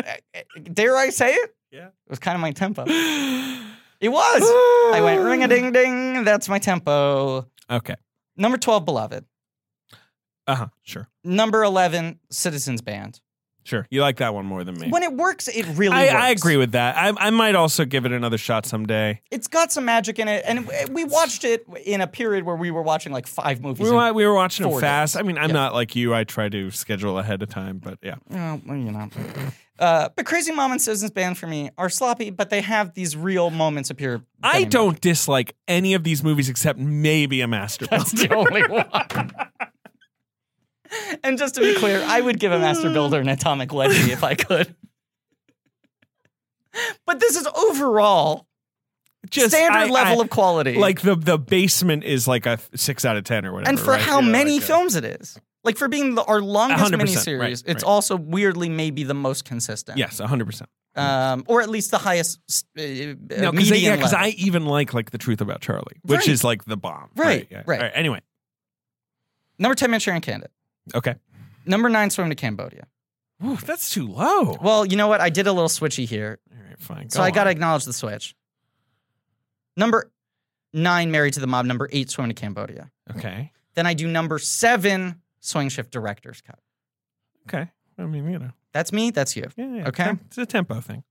Dare I say it?
Yeah.
It was kind of my tempo. It was. I went ring a ding ding. That's my tempo.
Okay.
Number 12, Beloved.
Uh huh. Sure.
Number 11, Citizens Band.
Sure. You like that one more than me.
When it works, it really
I,
works.
I agree with that. I, I might also give it another shot someday.
It's got some magic in it. And we watched it in a period where we were watching like five movies.
We
in-
were, we were watching them
four
fast.
days.
I mean, I'm
Yeah.
not like you. I try to schedule ahead of time, but yeah.
Oh, well, you know. Uh, but Crazy Mom and Citizens Band for me are sloppy, but they have these real moments of pure.
I
funny
don't dislike any of these movies except maybe a master.
That's the only one. and just to be clear, I would give a Master Builder an atomic wedgie if I could. But this is overall
Just
standard
I-
level
I-
of quality.
Like the the basement is like a six out of ten or whatever.
and for
right?
how
Yeah,
many
like, uh,
films it is. Like for being the, our longest
100%,
miniseries,
right,
it's
right.
also weirdly maybe the most consistent.
Yes, hundred percent.
Um, or at least the highest s- uh,
No,
median
because yeah, 'cause I
level.
even like like the truth about Charlie, which
Right.
is like the bomb.
Right,
Yeah.
right.
All Anyway,
Number 10, Manchurian Candidate.
okay.
Number 9, Swim to Cambodia.
Ooh, that's too low. All
Well, you know what? I did a little switchy here.
right, fine.
So I got to
on.
acknowledge the switch. Number nine, Married to the Mob. Number eight, Swim to Cambodia.
Okay.
Then I do number seven, Swing Shift Director's Cut.
Okay. I mean, you know.
That's me. That's you.
Yeah. yeah.
Okay.
Tem- It's a tempo thing.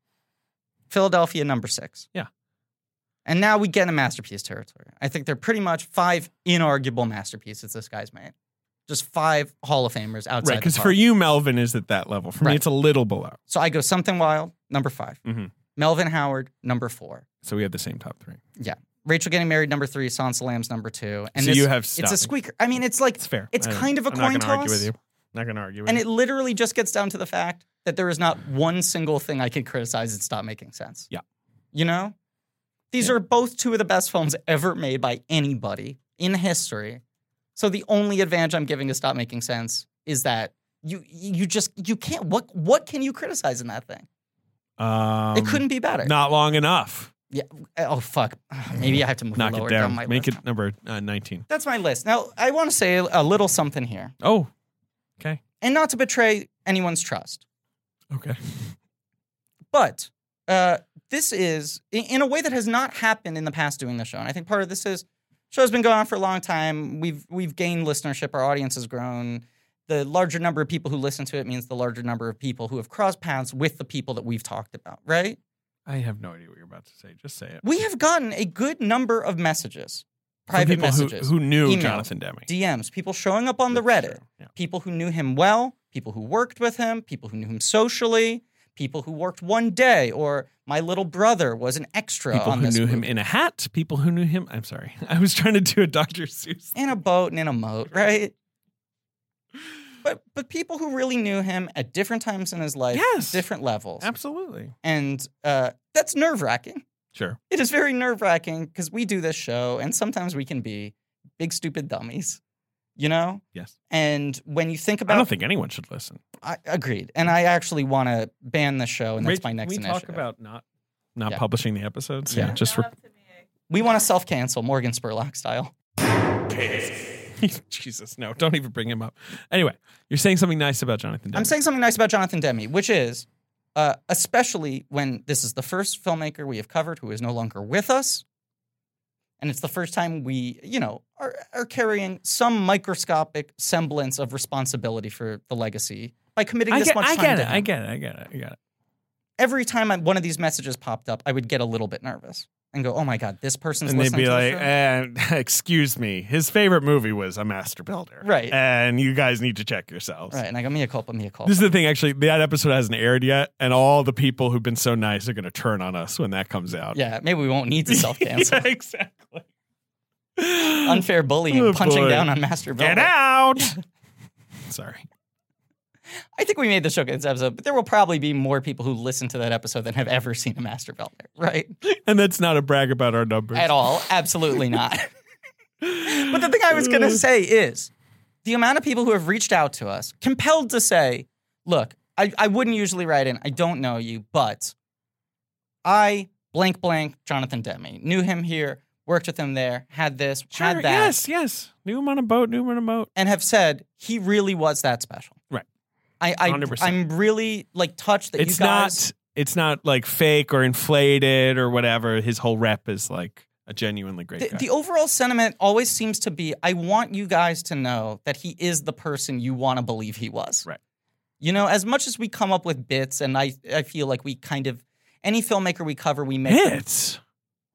Philadelphia, number six.
Yeah.
And now we get a masterpiece territory. I think they're pretty much five inarguable masterpieces this guy's made. Just five Hall of Famers outside.
Right.
the
Because for
park.
you, Melvin is at that level. For
Right.
me, it's a little below.
So I go Something Wild, number 5
Mhm.
Melvin Howard, number four.
So we have the same top three.
Rachel Getting Married, number three. Sans Lambs, number two. And
So
this-
you have
It's a
Stopping.
squeaker. I mean, it's like
It's fair.
It's
I-
kind of a
I'm
coin
not gonna argue
toss.
with you. Not going to argue with
And
you.
it literally just gets down to the fact that there is not one single thing I could criticize and stop making sense.
Yeah.
You know? These are both two of the best films ever made by anybody in history. So the only advantage I'm giving to stop making sense is that you you just you can't what what can you criticize in that thing?
Um,
it couldn't be better.
Not long enough.
Oh fuck. Maybe I have to move
Knock
lower
it
down
down.
my
Make
list.
it number uh, 19.
That's my list. Now I want to say a little something here.
Oh, okay.
And not to betray anyone's trust.
Okay.
But uh, this is in- in a way that has not happened in the past doing the show, and I think part of this is show's been going on for a long time. We've we've gained listenership, our audience has grown. The larger number of people who listen to it means the larger number of people who have crossed paths with the people that we've talked about, right?
I have no idea what you're about to say. Just say it.
We have gotten a good number of messages,
From
private
people who-
messages,
Who, knew
emails,
Jonathan Demme.
DMs, people showing up on the
That's
Reddit,
true. Yeah.
people who knew him well, people who worked with him, people who knew him socially, people who worked one day, or my little brother was an extra
People
on
who
this
knew him
movie.
in a hat. People who knew him. I'm sorry. I was trying to do a Dr. Seuss.
in a boat and in a moat, right? But but people who really knew him at different times in his life,
Yes.
different levels,
Absolutely.
and uh, that's nerve wracking.
Sure.
It is very nerve wracking because we do this show, and sometimes we can be big stupid dummies, you know.
Yes.
And when you
I
think about
don't think anyone should listen.
I agreed, and I actually want to ban the show, Oh, and that's
Rach,
my next
we
initiative.
talk about not not
Yeah.
publishing the episodes.
Yeah.
Just
Not
for
up to me.
we want to self cancel Morgan Spurlock style.
Jesus, no! Don't even bring him up. Anyway, you're saying something nice about Jonathan. Demme.
I'm saying something nice about Jonathan Demme, which is, uh, especially when this is the first filmmaker we have covered who is no longer with us, and it's the first time we, you know, are, are carrying some microscopic semblance of responsibility for the legacy by committing
I
this
get,
much
I
time
get
to
it.
him.
I get it. I get it. I get it.
Every time I, one of these messages popped up, I would get a little bit nervous. and go, oh my god, this person's
and they'd
listening
be
to the
like, "Eh."
show?
and excuse me, his favorite movie was A Master Builder.
Right.
And you guys need to check yourselves.
right? And I go, mea culpa, mea culpa.
This is the thing, actually, that episode hasn't aired yet, and all the people who've been so nice are going to turn on us when that comes out.
yeah, maybe we won't need to self cancel.
Yeah, exactly.
Unfair bullying,
Oh,
punching
boy.
down on Master
Get
Builder.
out. Sorry.
I think we made the show this episode, but there will probably be more people who listen to that episode than have ever seen a Master Builder, right?
And that's not a brag about our numbers.
At all. Absolutely not. but the thing I was going to say is the amount of people who have reached out to us, compelled to say, look, I, I wouldn't usually write in, I don't know you, but I blank blank Jonathan Demme. Knew him here, worked with him there, had this,
Sure,
had that,
Yes, yes. New him on a boat, new him on a boat.
and have said he really was that special.
Right.
I, I
100%.
I'm really like touched that
it's
you guys
not it's not like fake or inflated or whatever. His whole rep is like a genuinely great
the,
guy.
the overall sentiment always seems to be I want you guys to know that he is the person you want to believe he was.
Right.
You know, as much as we come up with bits, and I, I feel like we kind of, any filmmaker we cover, we make. them-
Bits.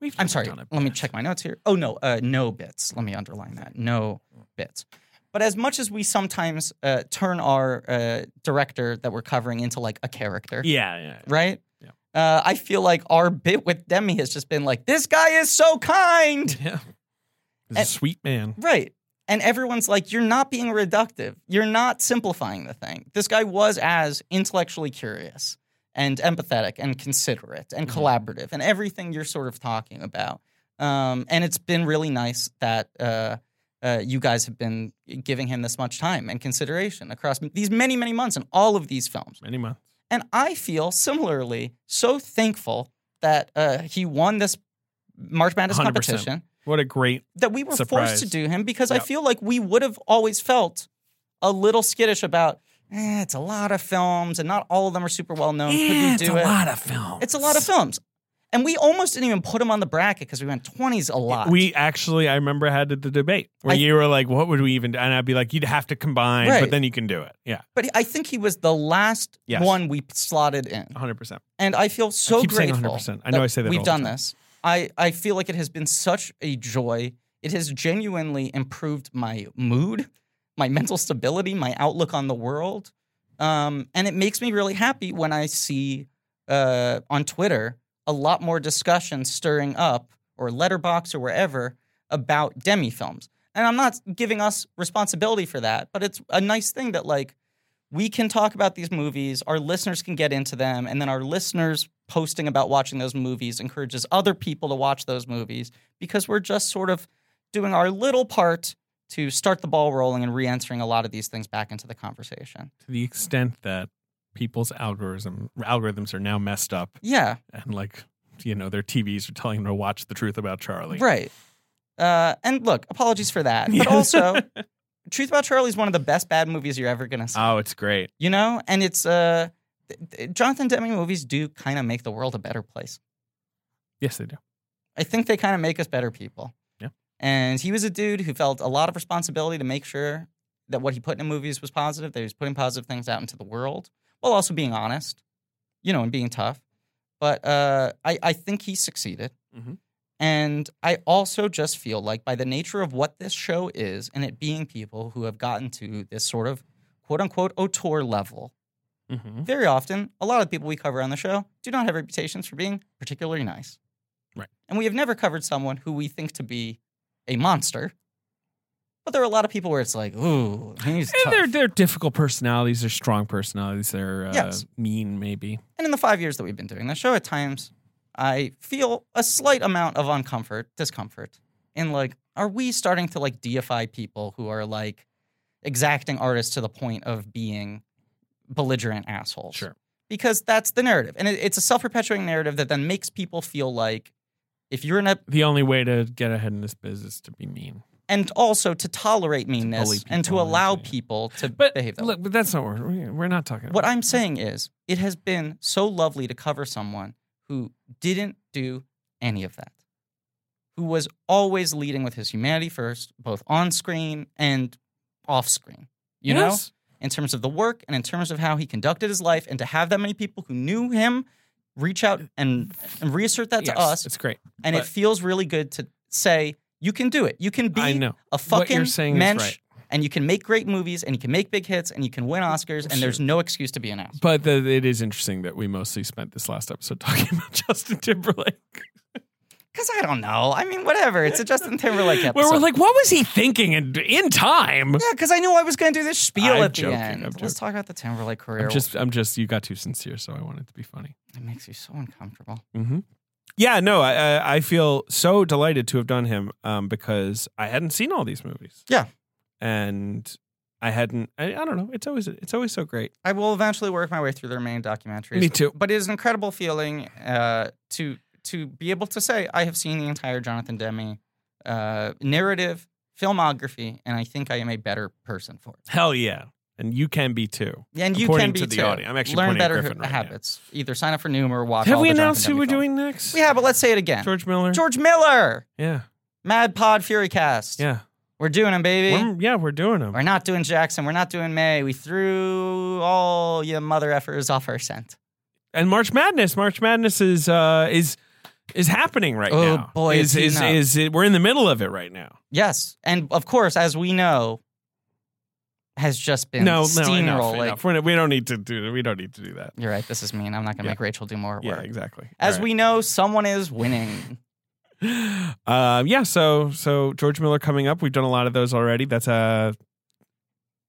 We've
I'm
never
sorry,
done a
let me
bit.
check my notes here. Oh, no, uh, no bits. Let me underline that. No bits. But as much as we sometimes uh, turn our uh, director that we're covering into like a character,
Yeah, yeah.
right?
Yeah.
Uh, I feel like our bit with Demi has just been like, this guy is so kind.
Yeah. He's a
And-
sweet man.
Right. And everyone's like, you're not being reductive. You're not simplifying the thing. This guy was as intellectually curious and empathetic and considerate and collaborative and everything you're sort of talking about. Um, and it's been really nice that uh, uh, you guys have been giving him this much time and consideration across these many, many months in all of these films.
Many months.
And I feel similarly so thankful that uh, he won this March Madness
100%.
competition
What a great
that we were forced
Surprised.
to do him because I
Yep.
feel like we would have always felt a little skittish about eh, it's a lot of films and not all of them are super well known. Could we do it?
of films.
It's a lot of films. And we almost didn't even put him on the bracket because we went 20s a lot.
We actually, I remember had the debate where
I-
you were like, "What would we even?" do? And I'd be like, "You'd have to combine,
Right.
but then you can do it." Yeah,
but I think he was the last
Yes.
one we slotted in.
one hundred percent.
And I feel so
keep saying
grateful.
100%. I know I say that
We've
all the
done
time.
this. I, I feel like it has been such a joy. It has genuinely improved my mood, my mental stability, my outlook on the world. Um, and it makes me really happy when I see uh, on Twitter a lot more discussion stirring up or letterbox or wherever about demi films. And I'm not giving us responsibility for that, but it's a nice thing that like we can talk about these movies, our listeners can get into them, and then our listeners posting about watching those movies encourages other people to watch those movies because we're just sort of doing our little part to start the ball rolling and re-entering a lot of these things back into the conversation.
To the extent that people's algorithm algorithms are now messed up,
Yeah,
and like you know, their TVs are telling them to watch the truth about Charlie.
right. Uh, and look, apologies for that, but
Yes.
also, Truth About Charlie is one of the best bad movies you're ever gonna see.
Oh, it's great.
you know, and it's uh, th- th- Jonathan Demme movies do kind of make the world a better place.
Yes, they do.
I think they kind of make us better people.
Yeah.
And he was a dude who felt a lot of responsibility to make sure that what he put in movies was positive, that he was putting positive things out into the world, while also being honest, you know, and being tough. But uh, I, I think he succeeded.
Mhm.
And I also just feel like by the nature of what this show is and it being people who have gotten to this sort of quote unquote auteur level,
Mm-hmm.
very often, a lot of the people we cover on the show do not have reputations for being particularly nice.
Right.
And we have never covered someone who we think to be a monster. But there are a lot of people where it's like, ooh, he's
And
tough.
they're they're difficult personalities. They're strong personalities. They're uh,
Yes.
mean, maybe.
And in the five years that we've been doing this show, at times I feel a slight amount of uncomfort, discomfort, in like, are we starting to like deify people who are like exacting artists to the point of being belligerent assholes?
Sure.
Because that's the narrative. And it, it's a self perpetuating narrative that then makes people feel like if you're in a,
The only way to get ahead in this biz is to be mean.
and also to tolerate meanness and to
people,
allow
yeah.
people to
But
behave that way.
look, but that's not what we're, we're not talking about.
What I'm saying is, it has been so lovely to cover someone who didn't do any of that, who was always leading with his humanity first, both on screen and off screen, you
Yes.
know, in terms of the work and in terms of how he conducted his life. And to have that many people who knew him reach out and, and reassert that
Yes,
to us
It's great.
and it
But-
feels really good to say you can do it. You can be
I know.
a
What
fucking
you're saying is
mensch,
right.
and you can make great movies, and you can make big hits, and you can win Oscars, and there's no excuse to be an ass.
But the, it is interesting that we mostly spent this last episode talking about Justin Timberlake.
Because I don't know. I mean, whatever. It's a Justin Timberlake episode.
Where we're like, what was he thinking in, in time?
yeah, because I knew I was going to do this spiel
I'm
at the
joking,
end.
I'm
Let's
joking.
talk about the Timberlake career.
I'm just, I'm just, you got too sincere, so I wanted to be funny.
it makes you so uncomfortable.
Mm-hmm. Yeah, no, I, I I feel so delighted to have done him um, because I hadn't seen all these movies.
Yeah.
and I hadn't. I, I don't know. It's always it's always so great.
I will eventually work my way through the remaining documentaries.
Me too.
But it is an incredible feeling uh, to to be able to say I have seen the entire Jonathan Demme uh, narrative filmography, and I think I am a better person for it.
Hell yeah, and you can be too.
And you
Pointing
can be
to the
too.
audience. I'm actually
learn
pointing at
better
Griffin right now.
habits. Either sign up for Noom or watch.
have
all
we
the Jonathan
announced who
Demme
we're
films.
doing next?
We have, but let's say it again.
George Miller.
George Miller,
Yeah,
Mad Pod Furycast.
yeah,
we're doing him, baby.
we're, yeah. We're doing him.
We're not doing Jackson. We're not doing May. We threw all you mother effers off our scent.
and March Madness. March Madness is uh, is is happening right
Oh,
now.
boy,
is
it's
is,
heating up.
is it, we're in the middle of it right now.
Yes, and of course, as we know, has just been
no, no,
steamroll.
enough,
like
enough. We're, not- we don't need to do. We don't need to do that.
you're right. This is mean. I'm not gonna
Yeah.
make Rachel do more work.
Yeah, exactly.
As
All right.
we know, someone is winning.
Uh, yeah, so so George Miller coming up. We've done a lot of those already. That's uh,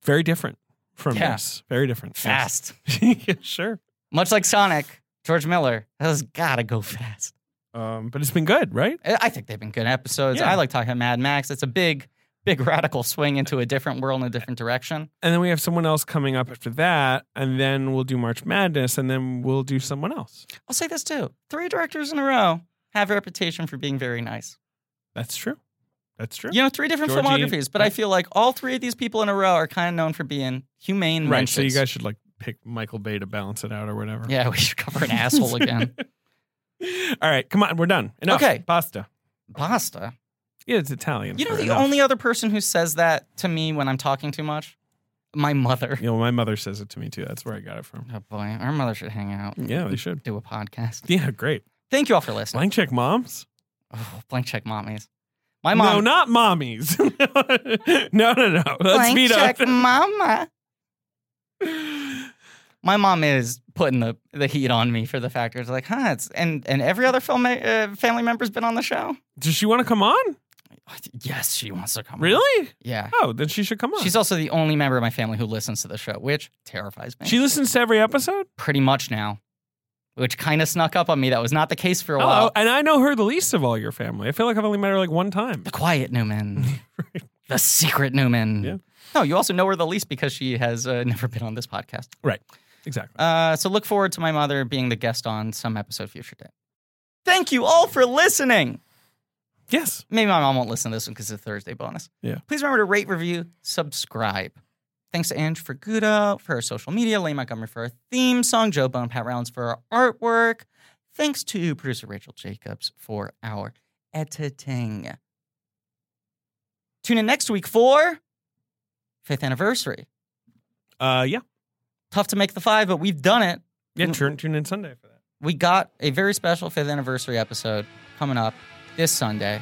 very different from
Yeah.
this. Very different.
Fast,
Yes. Yeah, sure.
much like Sonic. George Miller has gotta go fast.
Um, but it's been good, right?
I I think they've been good episodes.
Yeah.
I like talking about Mad Max. It's a big, big radical swing into a different world and a different direction.
And then we have someone else coming up after that, and then we'll do March Madness, and then we'll do someone else.
I'll say this too: three directors in a row have a reputation for being very nice.
That's true. That's true.
You know, three different
Georgie-
filmographies, but I feel like all three of these people in a row are kind of known for being humane
right.
wenches.
So you guys should like pick Michael Bay to balance it out or whatever.
Yeah, we should cover an asshole again.
All right, come on, we're done. Enough.
Okay.
Pasta.
Basta.
Yeah, it's Italian.
You know,
for
the
enough.
only other person who says that to me when I'm talking too much? My mother.
You know, my mother says it to me too. That's where I got it from.
Oh boy, our mother should hang out.
Yeah, they should.
Do a podcast.
Yeah, great.
Thank you all for listening.
Blank check moms?
Oh, blank check mommies. My mom.
No, not mommies. no, no, no. Let's
blank
meet
check
up.
mama. My mom is putting the, the heat on me for the fact it's like, huh? It's, and and every other film uh, family member's been on the show.
Does she want to come on?
Yes, she wants to come. on.
Really?
Yeah.
Oh, then she should come on.
She's also the only member of my family who listens to the show, which terrifies me.
she listens to every episode?
pretty much now, which kind of snuck up on me. That was not the case for a
Hello.
while.
And Oh, I know her the least of all your family. I feel like I've only met her like one time.
The quiet Newman, the secret Newman.
Yeah.
No, you also know her the least because she has uh, never been on this podcast.
Right. Exactly.
Uh, so look forward to my mother being the guest on some episode future day. Thank you all for listening.
yes.
Maybe my mom won't listen to this one because it's a Thursday bonus.
Yeah.
Please remember to rate, review, subscribe. Thanks to Ange for Guda for her social media, Lane Montgomery for our theme song, Joe Bone Pat Rounds for our artwork. Thanks to producer Rachel Jacobs for our editing. Tune in next week for fifth anniversary.
Uh, yeah.
Tough to make the five, but we've done it.
Yeah, tune, tune in Sunday for that.
We got a very special fifth anniversary episode coming up this Sunday.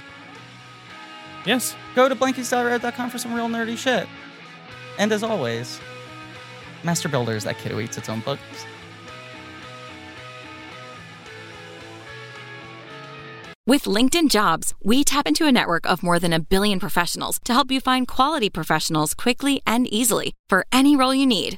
Yes.
go to blankies.red.com for some real nerdy shit. And as always, Master Builder is that kid who eats its own books.
With LinkedIn Jobs, we tap into a network of more than a billion professionals to help you find quality professionals quickly and easily for any role you need.